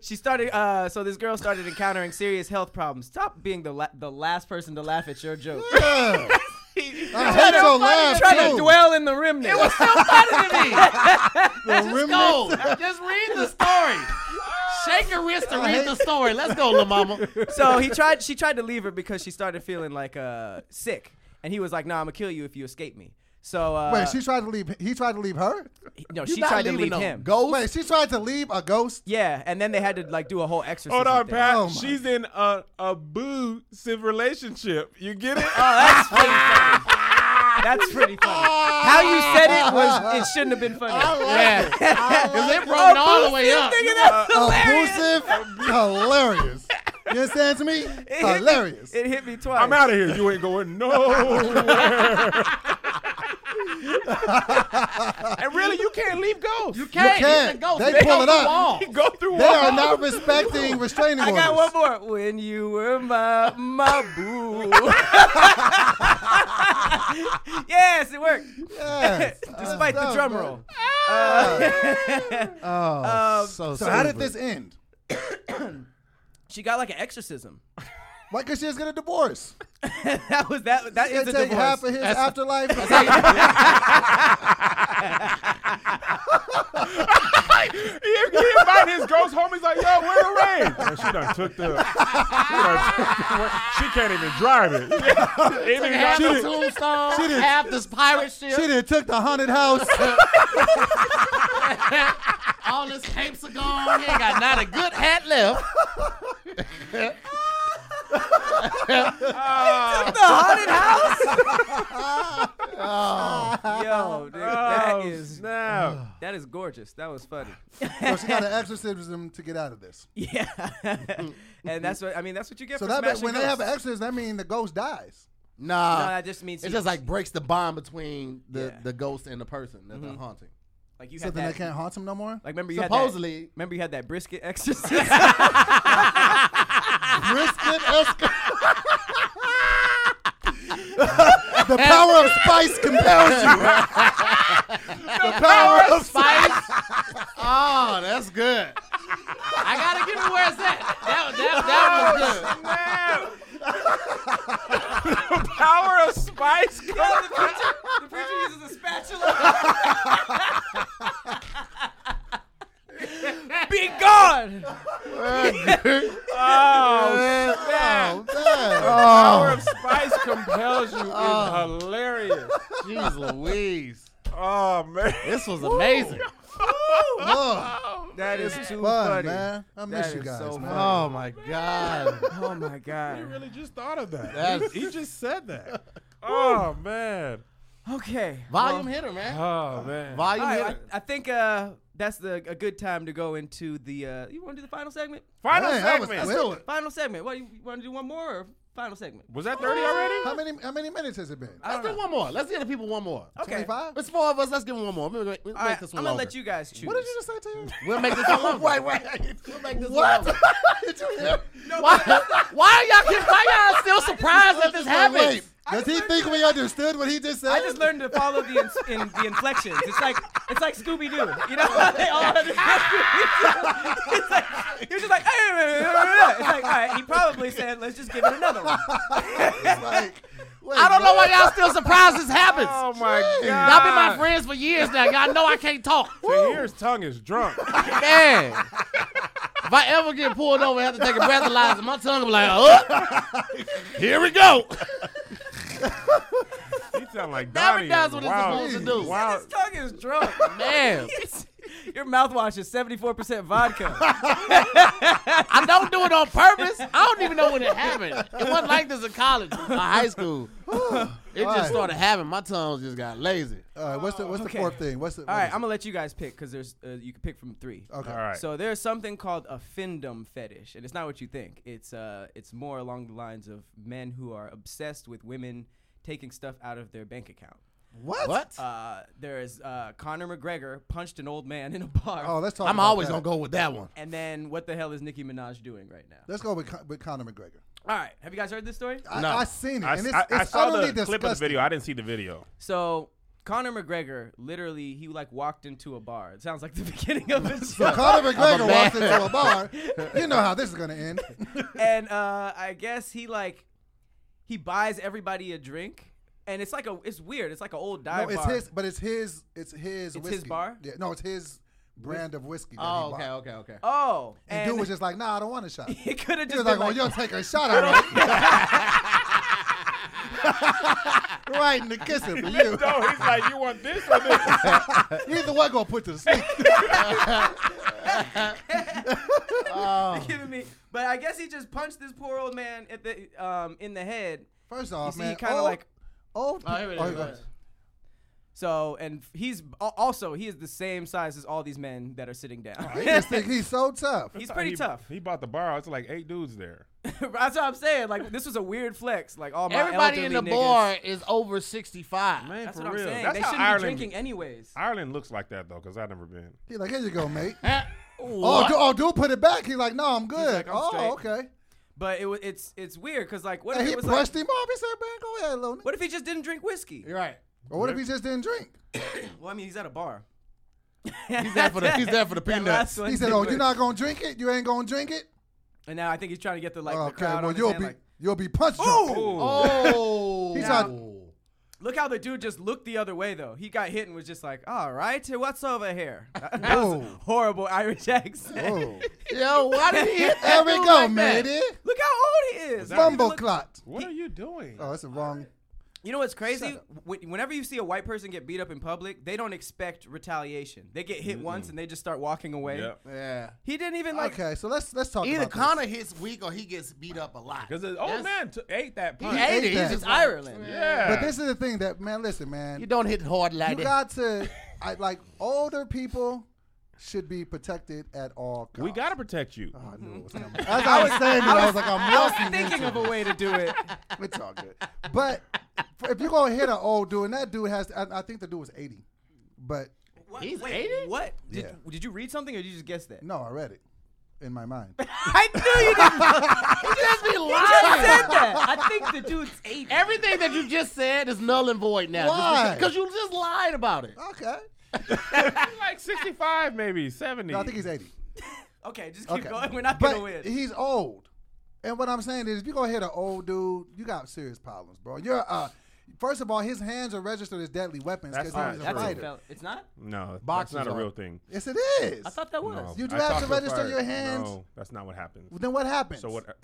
S2: [laughs] she started uh so this girl started encountering serious health problems. Stop being the la- the last person to laugh at your joke. [laughs]
S3: Yeah. I hate
S2: Trying to-
S3: your laugh,
S2: Trying to
S3: too.
S2: dwell in the remnant.
S5: Somebody [laughs] to me.
S3: The
S5: Just
S3: remnants.
S5: go. Just read the story. Shake your wrist to read the story. Let's go, La Mama.
S2: so he tried she tried to leave her because she started feeling like uh sick and he was like nah i'm gonna kill you if you escape me so uh
S3: Wait, she tried to leave. He tried to leave her.
S2: he- no
S5: You
S2: she
S5: not
S2: tried to
S5: leaving
S2: leave
S5: no
S2: him
S5: Ghost.
S3: Wait, she tried to leave a ghost.
S2: yeah and then they had to like do a whole exercise
S4: Hold on, Pat.
S3: Oh, my.
S4: She's in a abusive relationship. You get it?
S2: oh that's pretty funny that's pretty funny how you said it was it shouldn't have been funny
S5: Yeah. [laughs] Because they brought it all the way up.
S2: Nigga,
S5: uh,
S2: that's hilarious.
S3: Abusive, hilarious. You understand to me?
S2: It hit me-
S3: Hilarious.
S2: it hit me twice
S4: I'm out of here. You ain't going
S5: [laughs]
S4: nowhere. and really, you can't leave ghosts. You
S5: Can't.
S3: You can't.
S5: He's a ghost.
S3: They pull
S5: go
S3: it
S5: through
S3: up.
S5: walls.
S4: go through
S3: They are
S4: walls.
S2: [laughs]
S3: not respecting restraining
S2: I
S3: orders.
S2: got one more. When you were my my
S5: [laughs]
S2: boo. [laughs] yes, it worked.
S3: Yes.
S2: [laughs] Despite the
S3: Awesome,
S2: drum
S3: bro.
S2: roll.
S3: Oh,
S2: Um,
S5: So,
S3: so how did this end?
S2: She got like an exorcism. [laughs]
S3: Why? Because she was gonna divorce.
S2: that was that. That is a
S3: It take half of
S2: divorce.
S3: his afterlife.
S4: He, he invited his ghost home. He's like, yo, where the rain? And she done took the. She, done took the she can't even drive
S5: [laughs]
S4: it. Even
S5: half
S4: she
S5: the
S4: didn't-
S5: tombstone,
S3: she did-
S5: half this pirate ship,
S3: she done took the haunted
S2: [laughs]
S3: house.
S5: all his capes are gone. He ain't got not a good hat left.
S2: [laughs] the haunted house. Yo, dude, that
S4: Oh,
S2: is
S4: [laughs] snap.
S2: that is gorgeous. That was funny.
S3: so
S2: [laughs]
S3: she got an exorcism to get out of this.
S2: Yeah, and that's what I mean. That's what you get
S3: So
S2: for
S3: that meant
S2: smashing
S3: when they have an
S2: ghosts.
S3: exorcism, that means the ghost dies.
S5: Nah,
S2: No, that just means
S5: it
S2: he-
S5: just like breaks the bond between the,
S2: Yeah.
S5: the ghost and the person that they're haunting.
S2: like you
S3: So
S2: had
S3: then
S2: that.
S3: they can't haunt him no more.
S2: like remember you had
S5: Supposedly,
S2: that, remember you had that brisket
S3: [laughs]
S2: exorcism. [laughs]
S3: Brisket esca- the power of spice Ah, compels you. the power of
S5: spice. Oh, that's good. I gotta give it where it's at. That, that,
S2: Oh,
S5: that was [laughs] good.
S4: Snap! the power of Spice Girls.
S2: the preacher uses a spatula. Be gone!
S4: Oh,
S3: Oh, man.
S4: power of Spice compels you
S5: Oh.
S4: is hilarious.
S5: [laughs] Jeez Louise.
S4: Oh man, [laughs]
S5: This was amazing.
S3: Look,
S2: Oh. That is too
S3: fun,
S2: funny.
S3: man. I miss
S2: That
S3: you
S2: is
S3: guys,
S2: so
S3: man.
S2: funny.
S5: Oh my God.
S2: Oh my god.
S4: really just thought of that.
S5: That's-
S4: he he just said that. Oh man.
S2: Okay.
S5: Volume
S2: well,
S5: hitter, man.
S4: Oh man.
S5: Volume
S2: all right,
S5: hitter.
S2: I, I think uh, that's the a good time to go into the. Uh, you want to do the final segment?
S4: Final
S3: Man, that was
S4: segment.
S3: quick.
S4: Was,
S3: Really?
S2: Final segment. What you, want to do? One more or final segment?
S4: that thirty already?
S3: How many how many minutes has it been?
S2: I don't
S5: Let's do
S2: know.
S5: one more. Let's give the people one more.
S2: Okay.
S3: 25?
S5: It's four of us. Let's give them one more. We'll make, we'll
S2: All
S5: make
S2: right, I'm
S5: this one
S2: gonna
S5: longer.
S2: let you guys choose.
S3: What did you just say to him?
S5: We'll make
S2: [laughs]
S5: this one longer.
S3: Wait, wait.
S5: We'll make this
S3: What?
S5: one [laughs] longer.
S3: Did you hear?
S5: Why, why are y'all keep- why y'all still surprised that this
S3: Wait,
S5: happened?
S3: wait. Does he think we understood what he just said?
S2: I just
S3: [laughs]
S2: learned to follow the ins- in, the inflections. It's like it's like Scooby Doo. You know, they all understand. It's like he was just like, "Hey, hey, hey, hey." it's like, all right. He probably said, "Let's just give it another
S3: [laughs]
S2: one."
S3: Like, wait,
S5: I don't know why
S3: what?
S5: y'all still surprised this happens.
S4: Oh my
S3: Jeez.
S4: god.
S5: Y'all been my friends for years now. Y'all know I can't talk.
S4: Tahir's tongue is drunk.
S5: Man. If I ever get pulled over and have to take a breathalyzer, my tongue will be like, oh, here we go.
S4: he sound like
S5: Never
S4: Donnie.
S5: does
S4: in
S5: what it's
S4: Wild-
S5: supposed to do.
S4: Wild-
S2: His tongue is drunk.
S5: Man,
S2: Your mouthwash is 74% vodka.
S5: I don't do it on purpose. I don't even know when it happened. It wasn't like this in college or high school. It
S3: All right.
S5: just started happening. My tongue just got lazy.
S3: All right, what's the what's the
S2: Okay.
S3: fourth thing? What's the
S2: All
S3: what
S2: right,
S3: is
S2: I'm
S3: it?
S2: gonna let you guys pick because there's uh, you can pick from three.
S3: Okay.
S4: All right.
S2: So there's something called a findom fetish, and it's not what you think. It's uh, it's more along the lines of men who are obsessed with women taking stuff out of their bank account.
S3: What?
S5: What?
S2: Uh, there is uh, Conor McGregor punched an old man in a bar.
S3: Oh, let's talk.
S5: I'm
S3: about
S5: always
S3: that.
S5: going to go with that one.
S2: and then what the hell is Nicki Minaj doing right now?
S3: Let's go with Con- with Conor McGregor.
S2: All right, have you guys heard this story?
S3: I,
S5: No.
S3: I seen it,
S4: I,
S3: and it's,
S4: I- I
S3: it's
S4: saw the
S3: utterly
S4: clip of the
S3: disgusting.
S4: video. I didn't see the video.
S2: So Conor McGregor literally he like walked into a bar. It sounds like the [laughs] beginning of a [laughs]
S3: So
S2: show.
S3: Conor McGregor
S5: man.
S3: walks into a bar. You know how this is gonna end.
S2: and uh, I guess he like he buys everybody a drink, and it's like a it's weird. It's like an old
S3: No,
S2: dive
S3: it's
S2: bar.
S3: his, but it's his. It's his.
S2: It's his
S3: whiskey.
S2: bar?
S3: Yeah. No, it's his brand of whiskey. That he bought.
S5: okay, okay.
S2: oh,
S3: And,
S2: and
S3: dude was just like, "Nah, I don't want a shot."
S2: [laughs]
S3: He
S2: he could have
S3: was
S2: just
S3: like,
S2: been
S3: "Oh,
S2: like,
S3: you'll take a shot at [laughs] me." right in the kissing for you.
S4: [laughs] No,
S3: [laughs]
S4: he's like, you want this or this?
S3: Either one gonna put you to sleep.
S2: You're giving me. But I guess he just punched this poor old man at the um in the head.
S3: First
S2: You
S3: off,
S2: see,
S3: Oh, man,
S2: he kind of
S3: old-
S2: like
S3: old.
S5: Oh, here it is.
S3: oh,
S5: Here it
S3: go-
S5: is.
S2: so, and he's al- also he is the same size as all these men that are sitting down.
S3: Oh, He just think he's so tough.
S2: [laughs] he's
S3: [laughs]
S2: pretty
S4: he,
S2: tough.
S4: He bought the bar. It's like eight dudes there.
S2: [laughs] That's what I'm saying. Like this was a weird flex. Like all my
S5: Everybody in the
S2: elderly niggas-
S5: bar is over 65.
S4: Man,
S2: That's
S4: for
S2: what I'm
S4: real.
S2: saying.
S4: That's
S2: they
S4: how
S2: shouldn't
S4: Ireland,
S2: be drinking anyways.
S4: Ireland looks like that though, because I've never been.
S3: He's like, "Here you go, mate." Oh,
S5: Eh, What?
S3: dude, oh, dude, put it back. He's like, "No, I'm good."
S2: like, "I'm
S3: oh,
S2: straight."
S3: okay.
S2: But it was it's it's weird because like what
S3: And
S2: if
S3: he
S2: it was like,
S3: brushed him off. He said, "Man, go ahead, little." nigga."
S2: what if he just didn't drink whiskey?
S5: You're right.
S3: Or what if he just didn't drink?
S2: Well, I mean he's at a bar.
S5: He's there for the, he's there for the
S2: [laughs] That
S5: peanuts.
S2: last one
S3: He said,
S2: did
S3: "Oh,
S2: work.
S3: you're not gonna drink it. You ain't gonna drink it."
S2: And now I think he's trying to get the like the
S3: okay,
S2: crowd
S3: well
S2: on his
S3: you'll
S2: hand,
S3: be
S2: like,
S3: you'll be punch drunk.
S4: Ooh.
S5: Oh.
S3: He's
S2: Now-
S3: on-
S2: Look how the dude just looked the other way though. He got hit and was just like, "All right, what's over here?" [laughs] That was a
S3: Whoa.
S2: horrible Irish accent.
S3: Oh.
S5: Yo, why did he hit
S3: There
S5: that
S3: we
S5: dude
S3: go,
S5: like that?
S3: matey.
S2: [laughs] Look how old he is.
S4: that-
S2: Like, he
S3: Bumble
S2: look-
S3: clot.
S4: What are you doing?
S3: Oh, that's the wrong.
S2: You know what's crazy? When- Whenever you see a white person get beat up in public, they don't expect retaliation. They get hit once and they just start walking away.
S4: Yep.
S5: Yeah.
S2: He didn't even like.
S3: Okay, so let's let's talk.
S5: Either
S3: about
S5: Connor hits weak or he gets beat up a lot.
S4: Because the old
S5: That's-
S4: man t- ate that
S5: He
S4: punch.
S5: ate
S3: ate
S5: it. He's
S3: that.
S5: just
S2: It's
S5: like,
S2: Ireland.
S4: yeah.
S3: This. But this is the thing that man, listen, man,
S5: You
S3: you,
S5: don't hit hard like that.
S3: got [laughs] to, I, like older people should be protected at all costs.
S4: we gotta protect you.
S3: Oh, I
S4: [laughs]
S3: knew it was coming. As I was saying, it, I was like, I'm walking
S2: Thinking
S3: into
S2: of a way to do it.
S3: it. It's all [laughs] good. But for- if you're gonna hit an old dude, and that dude has, to, I, I think the dude was 80, but
S2: What?
S5: He's 80?
S2: What? Did,
S3: Yeah.
S2: did you read something or did you just guess that?
S3: no, I read it in my [laughs] mind.
S2: I knew you didn't [laughs] just
S5: [laughs] You just be
S2: said
S5: lying.
S2: that. I think the dude's 80.
S5: Everything that you just said is null and void now.
S3: Why?
S5: Because you just lied about it.
S3: Okay,
S4: like 65, maybe 70.
S3: No, I think he's 80.
S2: Okay, just keep
S3: Okay.
S2: going. We're not
S3: but
S2: gonna win.
S3: he's old. And what I'm saying is, if you go hit an old dude, you got serious problems, bro. You're uh, first of all, his hands are registered as deadly weapons
S4: That's
S3: because
S4: not
S3: he's
S4: true.
S3: a
S2: That's a
S3: fighter.
S2: fel- it's not.
S4: no,
S3: Boxers
S4: that's not a
S3: are.
S4: real thing.
S3: yes, it is.
S2: I thought that was.
S4: No,
S3: You do
S4: I
S3: have
S4: talked
S3: to register
S4: first.
S3: your hands.
S4: No, that's not what happens.
S3: then what happens?
S4: So what?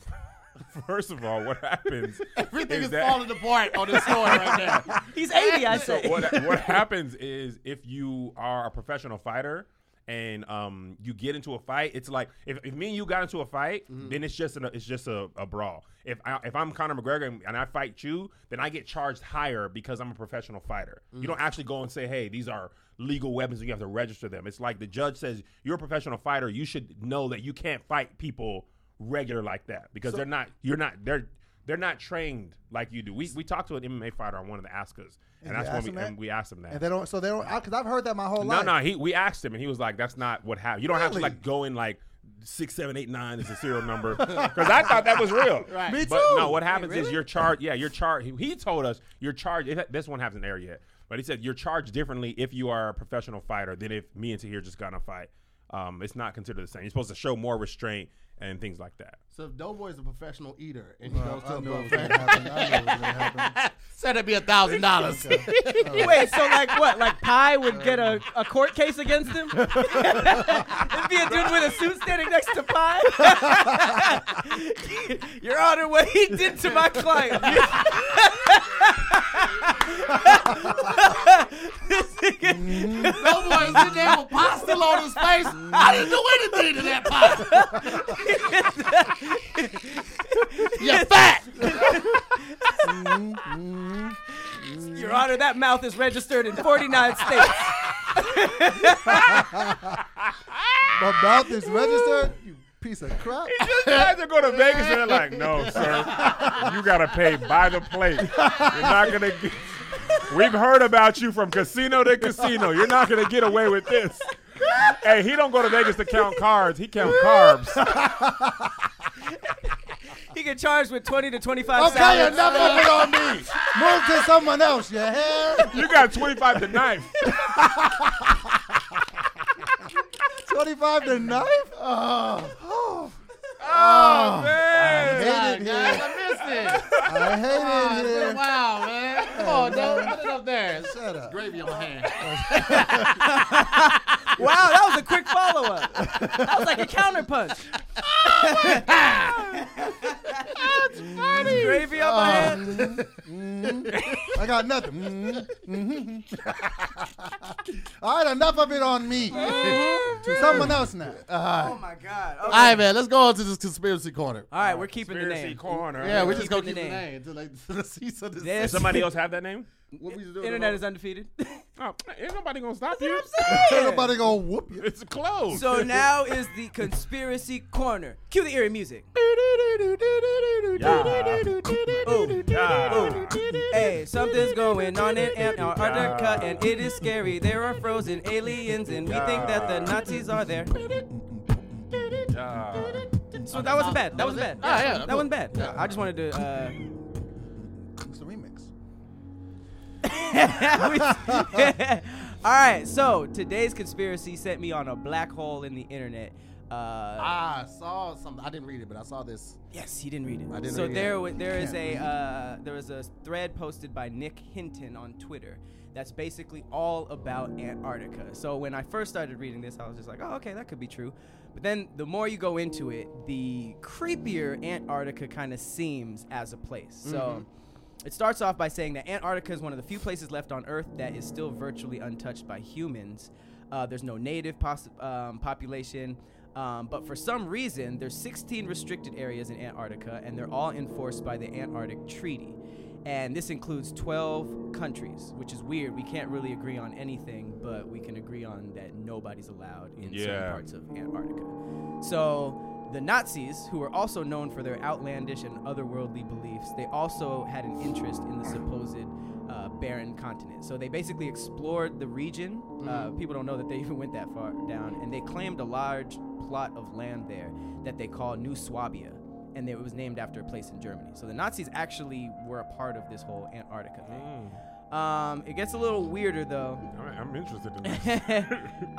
S4: [laughs] First of all, what
S3: [laughs]
S4: happens?
S5: Everything
S4: is
S5: is
S4: that-
S5: falling apart on this story right now.
S2: He's 80, I say.
S4: what what happens is if you are a professional fighter and um you get into a fight, it's like if, if me and you got into a fight, then it's just an, it's just a, a brawl. If I, if I'm Conor McGregor and, and I fight you, then I get charged higher because I'm a professional fighter. You don't actually go and say, hey, these are legal weapons and you have to register them. It's like the judge says you're a professional fighter, you should know that you can't fight people regular like that because they're not you're not they're they're not trained like you do. We we talked to an MMA fighter on one of the Askas, and,
S3: And you
S4: that's when
S3: asked
S4: we
S3: him that?
S4: and we asked him that.
S3: And they don't. So they don't. Because I've heard that my whole
S4: no,
S3: life.
S4: no, he we asked him, and he was like, "That's not what happened. You don't have to
S3: Really?
S4: like go in like six, seven, eight, nine is a serial
S3: [laughs]
S4: number because I thought that was real.
S5: Right.
S3: Me
S4: But
S3: too.
S4: no, what happens is
S2: really?
S4: you're charged. Yeah, you're charged. He, he told us you're charged. It, this one hasn't aired yet, but he said you're charged differently if you are a professional fighter than if me and Tahir just got in a fight. Um, it's not considered the same. You're supposed to show more restraint and things like that.
S5: So if Doughboy's a professional eater and he goes to
S3: I
S5: a
S3: knew it was
S5: buffet,
S3: gonna happen. I knew it was gonna happen.
S5: said it'd be a thousand
S2: [laughs]
S5: dollars.
S2: Wait, so like what? Like Pi would get a, a court case against him? [laughs] It'd be a dude with a suit standing next to Pi. [laughs] Your Honor, what he did to my client. [laughs] This nigga-
S5: Doughboy is sitting there with pie still on his face. I didn't do anything to that pie. You're fat.
S2: Your Honor, that mouth is registered in 49 states.
S3: [laughs] My mouth is registered. You piece of
S2: [laughs]
S3: crap.
S4: [laughs] Just guys that go to Vegas and they're like, no, sir, you gotta pay by the plate. You're not gonna. Get, [laughs] we've heard about you from casino to casino. You're not gonna get away with this. Hey, he don't go to Vegas to count cards. He count carbs.
S2: He get charged with 20 to 25
S3: Okay,
S2: salads.
S3: enough of it
S2: [laughs]
S3: on me. Move to someone else. You hear?
S4: You got 25 to [laughs] knife.
S3: Twenty-five to knife. Oh,
S4: Oh,
S3: I
S4: man.
S3: hate it
S5: Guys,
S3: here.
S5: I missed it.
S3: I hate it here.
S5: Wow, man. Come on, Doughboy. Put it up there. It's
S3: Shut up.
S5: gravy on hand.
S2: Wow, that was a quick follow up. That was like a counterpunch. Gravy on my head.
S3: I got nothing. Mhm, mhm. All right, enough of it on me.
S5: Oh,
S3: to someone else now.
S2: Oh my God. Okay.
S5: All right, man. Let's go on to this conspiracy corner.
S2: All right, we're keeping the
S4: Conspiracy
S2: name.
S4: corner.
S5: Yeah, we're
S4: we
S5: just
S2: Keeping
S5: gonna keep
S2: the
S5: the
S2: name.
S5: name [laughs] until like the cease of this.
S2: Yes.
S4: Somebody else have that name?
S5: What we just doing
S2: Internet
S5: about-
S2: is undefeated. [laughs]
S4: Oh, ain't nobody gonna stop you.
S3: Ain't nobody gonna whoop you.
S4: It's closed.
S2: so now is the conspiracy corner. Cue the eerie music. Oh,
S4: Yeah.
S2: hey, something's going on in Am- our undercut, and it is scary. There are frozen aliens, and we think that the Nazis are there.
S4: Yeah.
S2: So that wasn't bad. That wasn't bad.
S5: Ah, yeah,
S2: that wasn't bad. I just wanted to. Uh,
S3: It's a remix.
S2: [laughs] All right, so today's conspiracy sent me on a black hole in the internet. Uh,
S5: I saw something. I didn't read it, but I saw this.
S2: yes, he didn't read it.
S5: I didn't
S2: so
S5: read it.
S2: there, wa- there is
S3: Can't
S2: a
S3: read.
S2: uh, there was a thread posted by Nick Hinton on Twitter. That's basically all about Antarctica. So when I first started reading this, I was just like, "Oh, okay, that could be true." But then the more you go into it, the creepier Antarctica kind of seems as a place. So.
S5: Mm-hmm.
S2: It starts off by saying that Antarctica is one of the few places left on Earth that is still virtually untouched by humans. Uh, there's no native pos- um, population, um, but for some reason, there's 16 restricted areas in Antarctica, and they're all enforced by the Antarctic Treaty. And this includes 12 countries, which is weird. We can't really agree on anything, but we can agree on that nobody's allowed in certain
S4: Yeah.
S2: parts of Antarctica. So the Nazis, who were also known for their outlandish and otherworldly beliefs, they also had an interest in the supposed uh, barren continent. So they basically explored the region. Uh, people don't know that they [laughs] even went that far down, and they claimed a large plot of land there that they call New Swabia. And it was named after a place in Germany. So the Nazis actually were a part of this whole Antarctica thing. Um, it gets a little weirder though.
S4: All right, I'm interested in this.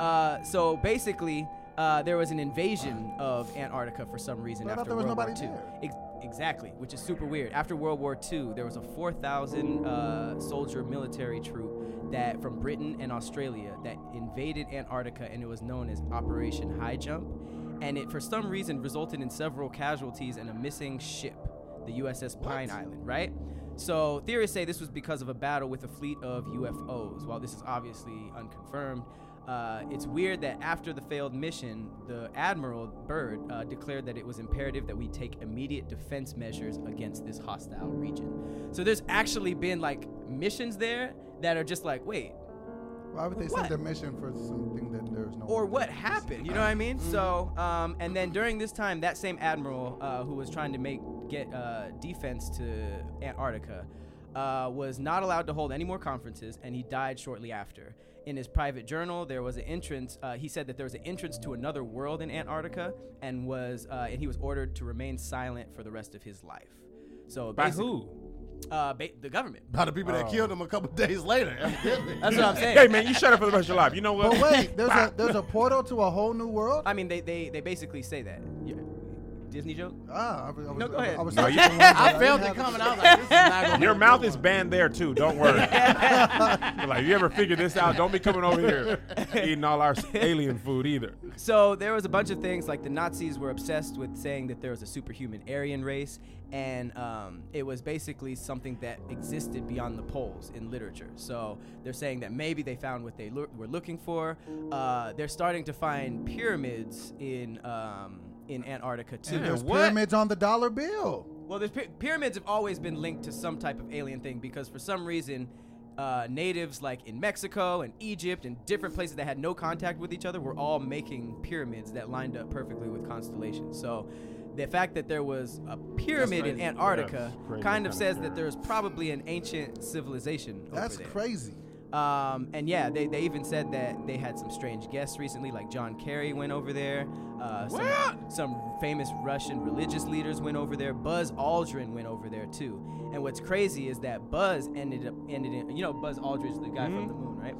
S2: [laughs] uh, so basically, uh, there was an invasion of Antarctica for some reason
S3: But I thought
S2: after
S3: there was
S2: World
S3: nobody
S2: War II. Ex- exactly, which is super weird. After World War II, there was a 4,000 uh, soldier military troop that from Britain and Australia that invaded Antarctica, and it was known as Operation High Jump. And it, for some reason, resulted in several casualties and a missing ship, the USS Pine Island, right? So theorists say this was because of a battle with a fleet of UFOs. While this is obviously unconfirmed, uh, it's weird that after the failed mission, the Admiral Byrd uh, declared that it was imperative that we take immediate defense measures against this hostile region. So there's actually been like missions there that are just like, wait,
S3: Why would they
S2: What?
S3: send a mission for something that there's no?
S2: or what happened? You know what I mean? So, um, and then during this time, that same admiral uh, who was trying to make get uh, defense to Antarctica uh, was not allowed to hold any more conferences, and he died shortly after. In his private journal, there was an entrance. Uh, he said that there was an entrance to another world in Antarctica, and was uh, and he was ordered to remain silent for the rest of his life. So
S4: By
S2: basic-
S4: who?
S2: Uh, ba- the government.
S5: By the people that killed him a couple days later.
S2: Oh.
S5: [laughs]
S2: That's [laughs] what I'm saying.
S4: Hey man, you shut up for the rest of your life. You know what?
S3: But
S5: [laughs]
S3: wait, there's a there's a portal to a whole new world.
S2: I mean, they, they, they basically say that. Yeah. Disney joke.
S3: Ah, I was, I was,
S2: No, go ahead.
S3: I was
S4: No,
S3: searching
S4: you-
S3: for one, but
S5: I failed
S3: didn't
S5: to
S3: have
S5: come and I was like, this is not going to
S4: Your mouth is banned there too. Don't worry. You're like, you ever figure this out? Don't be coming over [laughs] here eating all our alien food either.
S2: So there was a bunch of things like the Nazis were obsessed with saying that there was a superhuman Aryan race, and um, it was basically something that existed beyond the poles in literature. So they're saying that maybe they found what they loo- were looking for. Uh, they're starting to find pyramids in um, in Antarctica too.
S3: And there's
S5: what?
S3: pyramids on the dollar bill.
S2: Well, there's py- pyramids have always been linked to some type of alien thing because for some reason, uh, natives like in Mexico and Egypt and different places that had no contact with each other were all making pyramids that lined up perfectly with constellations. So. The fact that there was a pyramid in
S4: crazy.
S2: Antarctica
S4: That's crazy.
S2: kind of
S4: That's
S2: says
S4: weird.
S2: that there's probably an ancient civilization.
S3: That's
S2: over there.
S3: crazy.
S2: Um, and yeah, they, they even said that they had some strange guests recently, like John Kerry went over there. Uh, some, some famous Russian religious leaders went over there. Buzz Aldrin went over there too. And what's crazy is that Buzz ended up ended in you know Buzz Aldrin's the guy from the moon, right?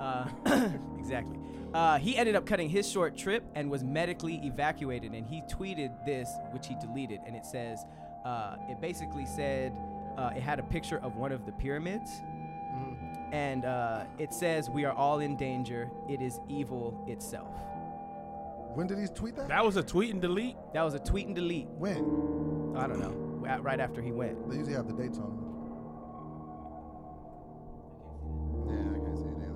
S2: Uh, [coughs] exactly. Uh, he ended up cutting his short trip and was medically evacuated. And he tweeted this, which he deleted, and it says, uh, it basically said, uh, it had a picture of one of the pyramids, and uh, it says, "We are all in danger. It is evil itself."
S3: When did he tweet that?
S4: That was a tweet and delete.
S2: That was a tweet and delete.
S3: when?
S2: I don't know. at- Right after he went.
S3: They usually have the dates on them.
S5: Yeah, I can't see it either.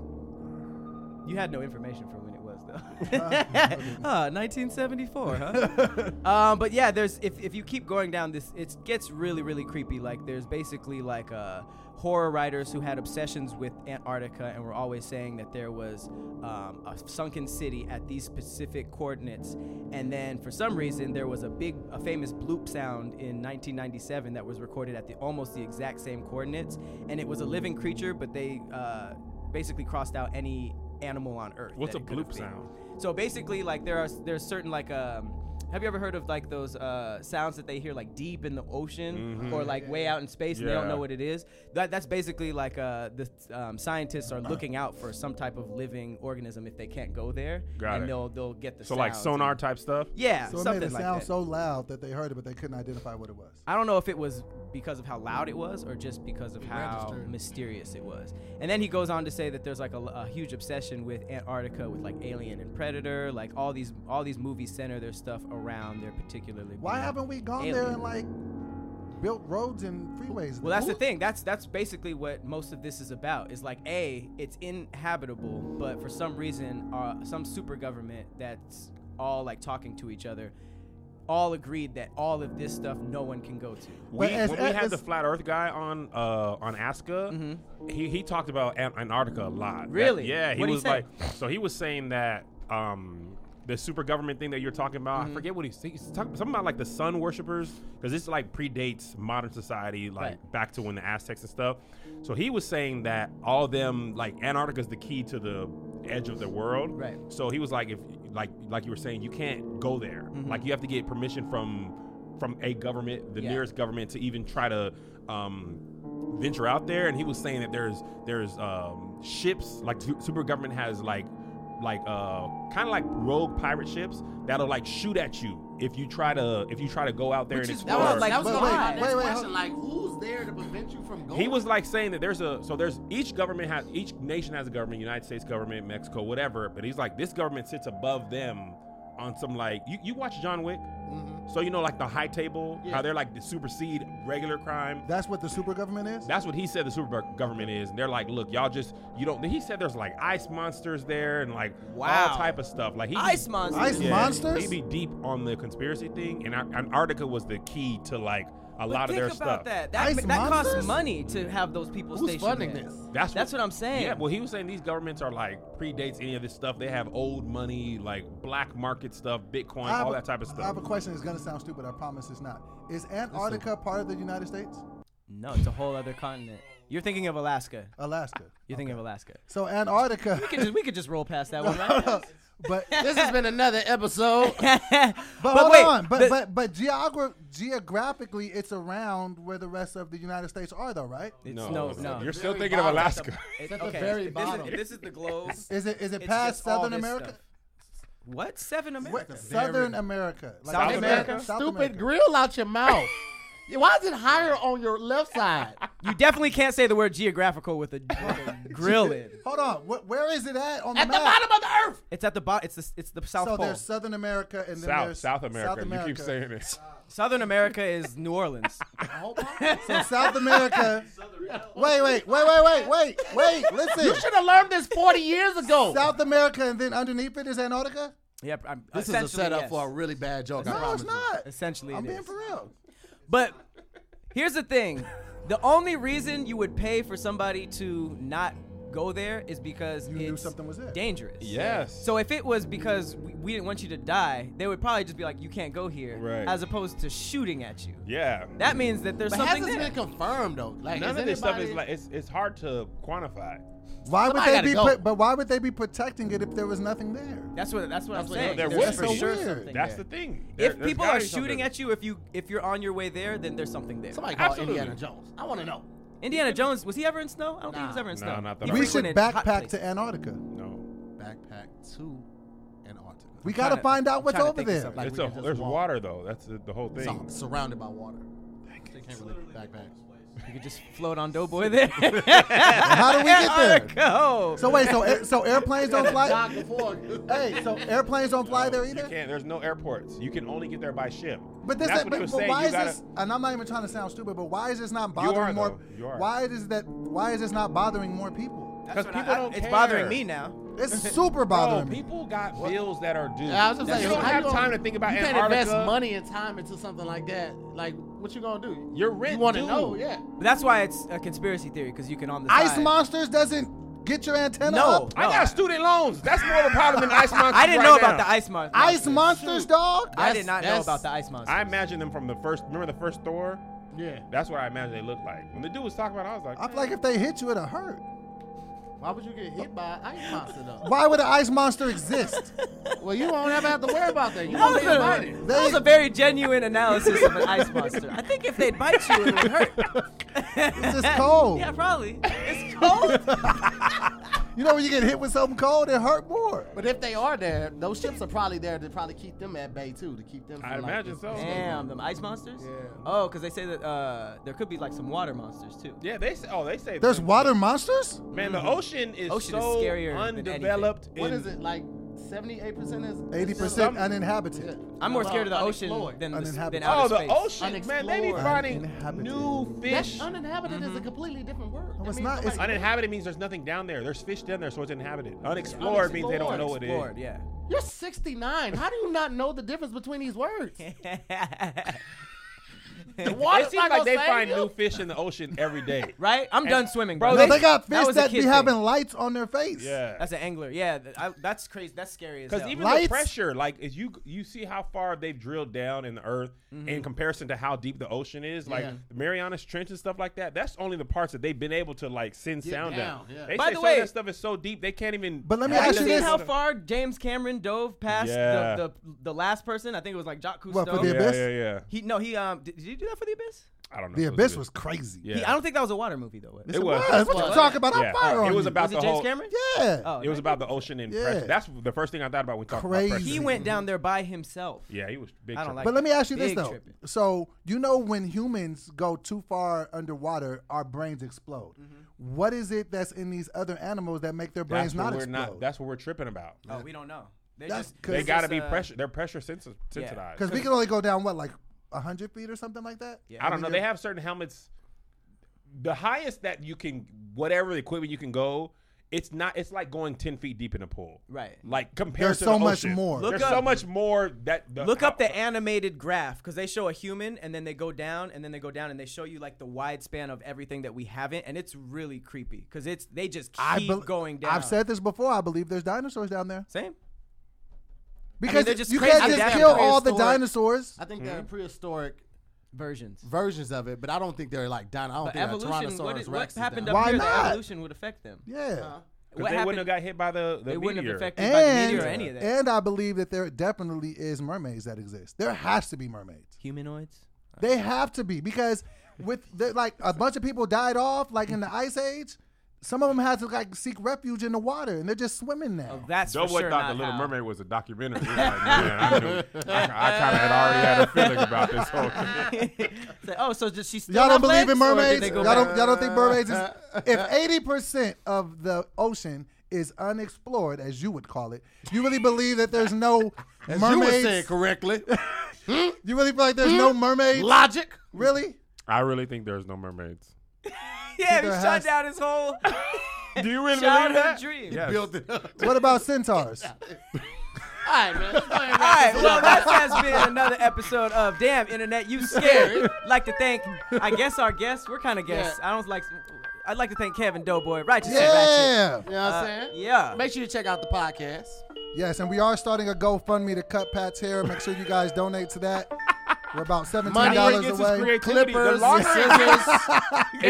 S2: You had no information for when it was though. [laughs] Ah, 1974, huh? um, but yeah, there's if, if you keep going down this, it gets really really creepy. Like there's basically like uh, horror writers who had obsessions with Antarctica and were always saying that there was um, a sunken city at these specific coordinates, and then for some reason there was a big a famous bloop sound in 1997 that was recorded at the almost the exact same coordinates, and it was a living creature, but they uh, basically crossed out any animal on Earth.
S4: What's
S2: that
S4: a
S2: it could have
S4: bloop
S2: been.
S4: sound?
S2: So basically, like there are there's certain like um. Have you ever heard of like those uh, sounds that they hear like deep in the ocean or like way out in space and they don't
S4: Mm-hmm. Yeah.
S2: know what it is? That that's basically like uh, the um, scientists are looking out for some type of living organism if they can't go there,
S4: Got
S2: and
S4: it.
S2: they'll they'll get the
S4: So like
S2: sounds
S4: sonar
S2: and-
S4: type stuff.
S2: yeah,
S3: So it
S2: something
S3: made it
S2: like
S3: sound
S2: that.
S3: so loud that they heard it, but they couldn't identify what it was.
S2: I don't know if it was because of how loud it was or just because of how
S3: registered.
S2: mysterious it was. And then he goes on to say that there's like a, a huge obsession with Antarctica, with like Alien and Predator, like all these all these movies center their stuff around their particularly.
S3: Why haven't we gone there and like built roads and freeways?
S2: Well, that's the
S3: Who-
S2: thing. That's that's basically what most of this is about. Is like a, it's inhabitable, but for some reason, uh, some super government that's all like talking to each other, all agreed that all of this stuff no one can go to.
S4: We,
S3: But as-
S4: when we had
S3: as-
S4: the flat Earth guy on uh, on Aska, he, he talked about An- Antarctica a lot. That-
S2: Mm-hmm. Really?
S4: yeah, he
S2: What'd he
S4: was
S2: say?
S4: like, so he was saying that um, the super government thing that you're talking about.
S2: Mm-hmm.
S4: I forget what he's, he's talking something about like the sun worshippers because this like predates modern society, like
S2: Right.
S4: back to when the Aztecs and stuff. So he was saying that all them like Antarctica's the key to the edge of the world.
S2: Right.
S4: So he was like, if like like you were saying, you can't go there.
S5: Mm-hmm.
S4: Like you have to get permission from from a government, the
S2: Yeah.
S4: nearest government, to even try to um, venture out there, and he was saying that there's there's um, ships like su- super government has like like uh kind of like rogue pirate ships that'll like shoot at you if you try to if you try to go out there and
S5: Which is
S4: explore.
S5: wild, like,
S2: That
S5: that was
S2: was
S5: gonna be my
S2: wild.
S5: next
S3: Wait, wait, hold-
S5: question. Like, who's there to prevent you from going?
S4: He was like saying that there's a so there's each government has each nation has a government, United States government, Mexico, whatever. But he's like this government sits above them on some like you, you watch John Wick,
S2: Mm-hmm.
S4: so you know like the high table how they're like to supersede regular crime.
S3: That's what the super government is.
S4: That's what he said the super government is, and they're like, look, y'all just you don't. He said there's like ice monsters there and like
S2: Wow.
S4: all type of stuff. Like he
S2: Ice monster.
S3: Ice
S4: yeah,
S3: monsters.
S4: He be deep on the conspiracy thing, and Ar- Antarctica was the key to like a
S2: But
S4: lot of
S2: think
S4: their
S2: about
S4: stuff.
S2: that. That,
S3: Ice
S2: that costs
S3: monsters?
S2: money to have those people
S5: Who's
S2: stationed
S5: funding
S2: there.
S5: this?
S4: That's
S2: That's what I'm saying.
S4: Yeah, well, he was saying these governments are like predates any of this stuff. They have old money, like black market stuff, Bitcoin,
S3: I have
S4: all
S3: a-
S4: that type of
S3: I have
S4: stuff.
S3: a question. It's gonna sound stupid. I promise it's not. Is Antarctica part of the United States?
S2: No, it's a whole other continent. You're thinking of Alaska.
S3: Alaska.
S2: You're thinking of Alaska.
S3: So Antarctica.
S2: We could
S3: [laughs]
S2: just, we could just roll past that one, right? [laughs]
S3: but
S5: [laughs] This has been another
S4: [laughs]
S5: episode.
S2: but
S3: [laughs] But, hold
S2: wait,
S3: on. But
S2: the-
S3: but but geogra- geographically, it's around where the rest of the United States are, though, right?
S2: it's, no, no.
S4: You're still
S5: Very
S4: thinking of
S5: bottom.
S4: Alaska. [laughs]
S2: It's
S5: at the very
S2: if This
S5: bottom.
S2: is, if this is the globe.
S3: Is it is it
S2: it's
S3: past
S2: just all
S3: Southern
S2: this
S3: America?
S2: stuff. What? Seven America.
S3: What- Southern America. Like
S2: South
S5: Take
S2: America?
S5: that
S3: South
S5: stupid
S3: America.
S5: grill out your mouth. [laughs] Yeah, Why is it higher on your left side?
S2: You definitely can't say the word geographical with a, with a grill in.
S3: Hold on. Wh- where is it at on
S5: [laughs] At
S3: the
S5: the
S3: map?
S5: bottom of the [laughs] earth.
S2: It's at the bottom. It's the it's the South
S3: so
S2: Pole.
S3: there's Southern America and then
S4: South,
S3: there's
S4: South America.
S3: South America.
S4: You keep saying it.
S2: Southern America is New Orleans. [laughs]
S5: Oh,
S3: So South America. wait, wait, wait, wait, wait, wait, wait.
S5: You
S3: Listen.
S5: should have learned this 40 years ago.
S3: South America and then underneath it is Antarctica.
S2: yep. I'm,
S5: this is a
S2: essentially,
S5: setup
S2: yes.
S5: for a really bad joke. I
S3: No,
S5: promise
S3: it's not.
S2: Essentially,
S3: I'm
S2: it
S3: being
S2: is.
S3: for real.
S2: But here's the thing: the only reason you would pay for somebody to not go there is because
S3: You
S2: it's
S3: knew something was there.
S2: dangerous.
S4: Yes.
S2: So if it was because we, we didn't want you to die, they would probably just be like, "You can't go here,"
S4: Right.
S2: as opposed to shooting at you.
S4: yeah.
S2: That means that there's
S5: But
S2: something
S5: hasn't
S2: there.
S5: been confirmed though. Like
S4: None
S5: is
S4: of this stuff is
S5: anybody-
S4: like it's it's hard to quantify.
S3: Why would
S5: Somebody
S3: they
S5: gotta
S3: be?
S5: go.
S3: Put, but why would they be protecting it if there was nothing there?
S2: that's what that's what
S5: That's
S2: I'm
S5: what-
S2: saying.
S4: there
S2: There's
S4: was
S2: for
S4: so
S2: sure
S3: weird.
S2: something
S4: That's
S2: there.
S4: the thing.
S2: if people are shooting at you, if you if you're on your way there, then there's something there.
S5: somebody call
S4: Absolutely.
S5: Indiana Jones. I want to know.
S2: Indiana Jones was he ever in snow? I don't think he
S5: Nah.
S2: was ever in
S4: Nah,
S2: snow.
S4: not that
S2: He
S4: I
S3: We should
S2: frequented hot
S3: backpack
S2: places.
S3: to Antarctica.
S4: no,
S5: Backpack to Antarctica.
S3: We got to
S2: tryna-
S3: find out
S2: I'm
S3: what's
S2: tryna
S3: over
S2: think of
S3: there.
S2: something. Like,
S4: it's
S5: we
S4: a
S5: can just
S4: there's
S5: walk.
S4: water though. That's the, the whole thing.
S5: Sur- surrounded by water. They can't really backpack.
S2: You could just float on Doughboy there.
S3: [laughs] How do we get there?
S2: Go.
S3: So wait, so air- so airplanes don't fly.
S5: Jog before.
S3: Hey, so airplanes don't fly there
S4: You
S3: either.
S4: can't. There's no airports. You can only get there by ship.
S3: But this,
S4: that's
S3: but,
S4: what he was
S3: but
S4: saying.
S3: why
S4: you
S3: is
S4: gotta,
S3: this? And I'm not even trying to sound stupid, but why is this not
S4: You are,
S3: bothering more?
S4: though. You are.
S3: Why is that? Why is this not bothering more people?
S4: Because people don't
S2: It's
S4: care.
S2: bothering me now.
S3: It's
S4: Bro,
S3: super bothering me.
S4: people got bills that are due.
S5: Yeah, I was just
S4: Like,
S5: like,
S4: you don't
S5: how
S4: have
S5: gonna-
S4: time to think about
S5: you can't
S4: Antarctica.
S5: invest money and time into something like that. Like, what you gonna do?
S4: Your rent
S5: You want to
S4: due.
S5: know? Yeah.
S2: But that's why it's a conspiracy theory because you can on the
S3: Ice
S2: side-
S3: monsters doesn't get your antenna
S2: No.
S3: up.
S4: I got student loans. That's more of a problem than
S5: [laughs]
S4: ice monsters.
S2: I didn't
S4: right
S2: know
S4: now.
S2: about the ice monster.
S3: Ice monsters, dog.
S2: I did
S5: That's-
S2: not know
S5: that's-
S2: about the ice monster.
S4: I imagine them from the first. Remember the first Thor?
S5: Yeah.
S4: That's what I imagine they look like. When the dude was talking about, it, I was like,
S3: I feel like if they hit you, it'll hurt.
S5: Why would you get hit by an ice monster though?
S3: Why would an ice monster exist?
S5: well, you won't ever have to worry about that. You
S2: [laughs] That
S5: won't
S2: was,
S5: be
S2: a,
S5: invited.
S2: that was a very genuine analysis of an ice monster. I think if they'd bite you, it would hurt.
S3: It's just
S2: [laughs]
S3: cold.
S2: yeah, probably. It's cold.
S3: You know when you get hit with something cold, it hurt more.
S5: But if they are there, those ships are probably there to probably keep them at bay too, to keep them. From,
S4: I
S5: like,
S4: imagine
S5: this-
S4: so.
S2: Damn, them ice monsters. Yeah. Oh, because they say that uh, there could be like some water monsters too.
S4: Yeah, they say. Oh, they say.
S3: There's water monsters?
S4: Man,
S5: Mm-hmm.
S4: the ocean is
S2: Ocean is
S4: so
S2: scarier than anything.
S4: undeveloped.
S5: What
S4: and-
S5: is it like? Seventy-eight percent is
S3: 80% uninhabited.
S2: I'm more
S5: Well,
S2: scared of the ocean
S5: unexplored.
S2: than, the, s-
S3: Uninhabited.
S2: than
S4: Oh,
S2: outer
S4: the
S2: space.
S4: ocean, man. They be
S5: Unexplored.
S4: finding
S3: Uninhabited.
S4: new fish.
S5: That uninhabited
S4: Mm-hmm.
S5: is a completely different word.
S3: No,
S5: That
S3: it's
S5: means
S3: not.
S5: nobody-
S3: It's-
S4: Uninhabited means there's nothing down there. There's fish down there, so it's inhabited. Unexplored means they don't know what it
S2: Explored,
S4: is.
S2: yeah.
S5: You're 69. How do you not know the difference between these [laughs] words?
S2: [laughs]
S5: The
S4: It
S5: water's not
S4: seems like
S5: gonna
S4: they
S5: save
S4: find
S5: you.
S4: new fish in the ocean every
S5: [laughs]
S4: day.
S2: right? I'm done swimming, bro.
S4: Bro,
S3: No,
S4: They-
S3: they got
S2: that
S3: fish
S2: was a
S3: that be
S2: kid thing.
S3: having lights on their face.
S4: Yeah.
S2: That's an angler. Yeah, th- I, that's crazy. That's scary as
S4: Because
S2: hell.
S4: even the
S3: Lights-
S4: pressure, like, is you you see how far they've drilled down in the earth
S3: Mm-hmm.
S4: in comparison to how deep the ocean is, like
S5: Yeah.
S4: the Marianas Trench and stuff like that. That's only the parts that they've been able to like send
S5: Get
S4: sound down.
S5: down, yeah.
S4: They
S2: By
S4: say
S2: the
S4: some
S2: way-
S4: of that stuff is so deep they can't even.
S3: But let me
S4: Like,
S2: have
S3: ask
S2: you
S3: you
S2: seen
S3: this.
S2: how far James Cameron dove past
S4: Yeah.
S2: the, the the last person? I think it was like Jacques Cousteau.
S3: What, for the
S4: Yeah,
S3: abyss?
S4: yeah, yeah.
S2: he no, he um did, did you do that for the abyss?
S4: I don't know.
S3: The
S4: It was
S3: Abyss
S4: good.
S3: was crazy.
S4: Yeah.
S2: He- I don't think that was a water movie though.
S4: It
S3: It
S4: was.
S3: was.
S4: It
S3: What
S5: was.
S3: you talking about?
S4: Yeah.
S3: I'm fire
S4: It
S3: on
S4: was
S3: you.
S4: about
S2: Was
S4: the
S2: it James
S4: whole.
S2: Cameron?
S3: Yeah.
S2: Oh,
S4: It was about the ocean and
S3: Yeah.
S4: pressure. That's the first thing I thought about when we talked about pressure.
S3: Crazy.
S2: he went down there by himself.
S4: Yeah, he was big.
S2: I don't
S4: tripping.
S3: But let me ask you this
S2: Big
S3: though.
S2: tripping.
S3: So you know when humans go too far underwater, our brains explode.
S2: Mm-hmm.
S3: What is it that's in these other animals that make their brains
S4: that's what
S3: not
S4: we're
S3: explode?
S4: not. That's what we're tripping about.
S2: Oh, we don't know. They
S3: That's
S2: just-
S3: 'cause-
S4: They
S3: It's
S4: got to
S2: just,
S4: be
S2: uh,
S4: pressure. They're pressure sensi- sensitized.
S3: because we can only go down what like hundred feet or something like that.
S2: Yeah.
S4: I don't know.
S3: mean,
S4: They
S3: you're-
S4: have certain helmets. The highest that you can, whatever equipment you can go, it's not. It's like going ten feet deep in a pool.
S2: Right.
S4: Like compared
S3: There's
S4: to
S3: so
S4: the
S3: much
S4: ocean.
S3: more. Look
S4: There's
S2: up-
S4: so much more that. The,
S2: Look up
S4: how-
S2: the animated graph because they show a human and then they go down and then they go down and they show you like the wide span of everything that we haven't and it's really creepy because it's they just keep
S3: bel-
S2: going down.
S3: I've said this before. I believe there's dinosaurs down there
S2: same.
S3: because
S2: they're just
S3: you
S2: crazy.
S3: can't
S2: I
S3: just
S2: think
S3: kill
S2: they're
S3: all the
S5: prehistoric.
S3: dinosaurs.
S5: I think
S2: Hmm?
S5: they're prehistoric
S2: versions.
S5: versions of it, but I don't think they're like dino. I don't
S2: But
S5: think
S2: evolution,
S5: a
S2: what,
S5: Tyrannosaurus
S2: is- what
S5: Rex is
S2: happened
S5: down.
S2: up
S3: Why
S2: here?
S3: not?
S2: That evolution would affect them. Uh-huh.
S3: Yeah,
S4: 'cause
S2: What
S4: they wouldn't
S2: happened?
S4: have got hit by the. the
S2: they wouldn't have
S4: meteor.
S2: affected by the
S3: and
S2: meteor or any of that.
S3: and I believe that there definitely is mermaids that exist. There has to be mermaids.
S2: Humanoids.
S3: They have to be because with the, like a bunch of people died off like in the ice age. Some of them had to like seek refuge in the water and they're just swimming now.
S2: That's for
S4: Doughboy
S2: sure
S4: thought
S2: not
S4: The Little
S2: how. [laughs]
S4: Mermaid was a documentary. He was like, "Man, I, knew- I, kind of had already had a feeling about this whole thing.
S2: Say, oh, so just she's still
S3: Y'all don't
S2: have
S3: believe in
S2: legs, or did
S3: mermaids?
S2: they
S3: Y'all
S2: go
S3: don't,
S2: back?
S3: y'all don't think
S2: [laughs]
S3: mermaids is. If 80% of the ocean is unexplored, as you would call it, you really believe that
S2: [laughs]
S3: there's no
S5: As you were saying
S3: mermaids? [laughs]
S5: correctly,
S3: You really feel like there's no mermaids?
S5: logic.
S3: Really?
S4: I really think there's no mermaids.
S2: yeah,
S3: There
S2: he
S3: has-
S2: shut down his
S3: [laughs]
S2: whole
S4: Do you really believe
S2: childhood
S4: that?
S2: dream.
S4: Yes.
S5: Built it [laughs] up.
S3: What about
S2: [laughs]
S3: centaurs?
S5: All right, man. Let's go ahead and
S2: All
S5: wrap
S2: right,
S5: this
S2: well,
S5: up.
S2: that has been another episode of Damn Internet, You Scared. like to thank, I guess, our guests. We're kind of guests. I don't like, I'd like to thank Kevin Doughboy, Righteous and Ratchet.
S3: Yeah.
S5: You know what I'm
S2: Uh,
S5: saying?
S2: yeah.
S5: Make sure you check out the podcast.
S3: Yes, and we are starting a GoFundMe to cut Pat's hair. Make sure you guys donate to that. We're about seventeen
S5: Money
S4: That's where he
S3: dollars
S4: gets
S3: away.
S4: his creativity. The
S5: Clippers,
S4: longer it
S5: scissors,
S3: [laughs]
S4: If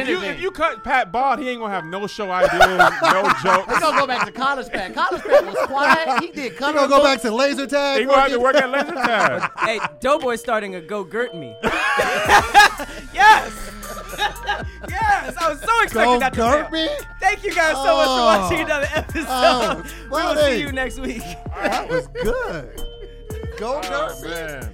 S4: you, if
S5: anything.
S4: you cut Pat Bald, he ain't gonna have no show ideas, no [laughs]
S5: [laughs] We're
S4: jokes.
S5: gonna go back to college pack. College pack
S3: [laughs]
S5: was quiet. He did
S3: We're
S5: color.
S3: gonna go
S5: book.
S3: back to laser tag.
S4: He gonna have to work at leisure time.
S2: Hey, Doughboy's starting a Go Girt
S3: [laughs]
S2: Me. yes! yes! I was so expecting
S3: Go
S2: that to
S3: Girt
S2: fail.
S3: Me?
S2: Thank you guys so much for
S3: Oh.
S2: watching another episode.
S3: Oh,
S2: we will
S3: buddy.
S2: see you next week.
S3: That was good. Go
S4: [laughs] Oh, man.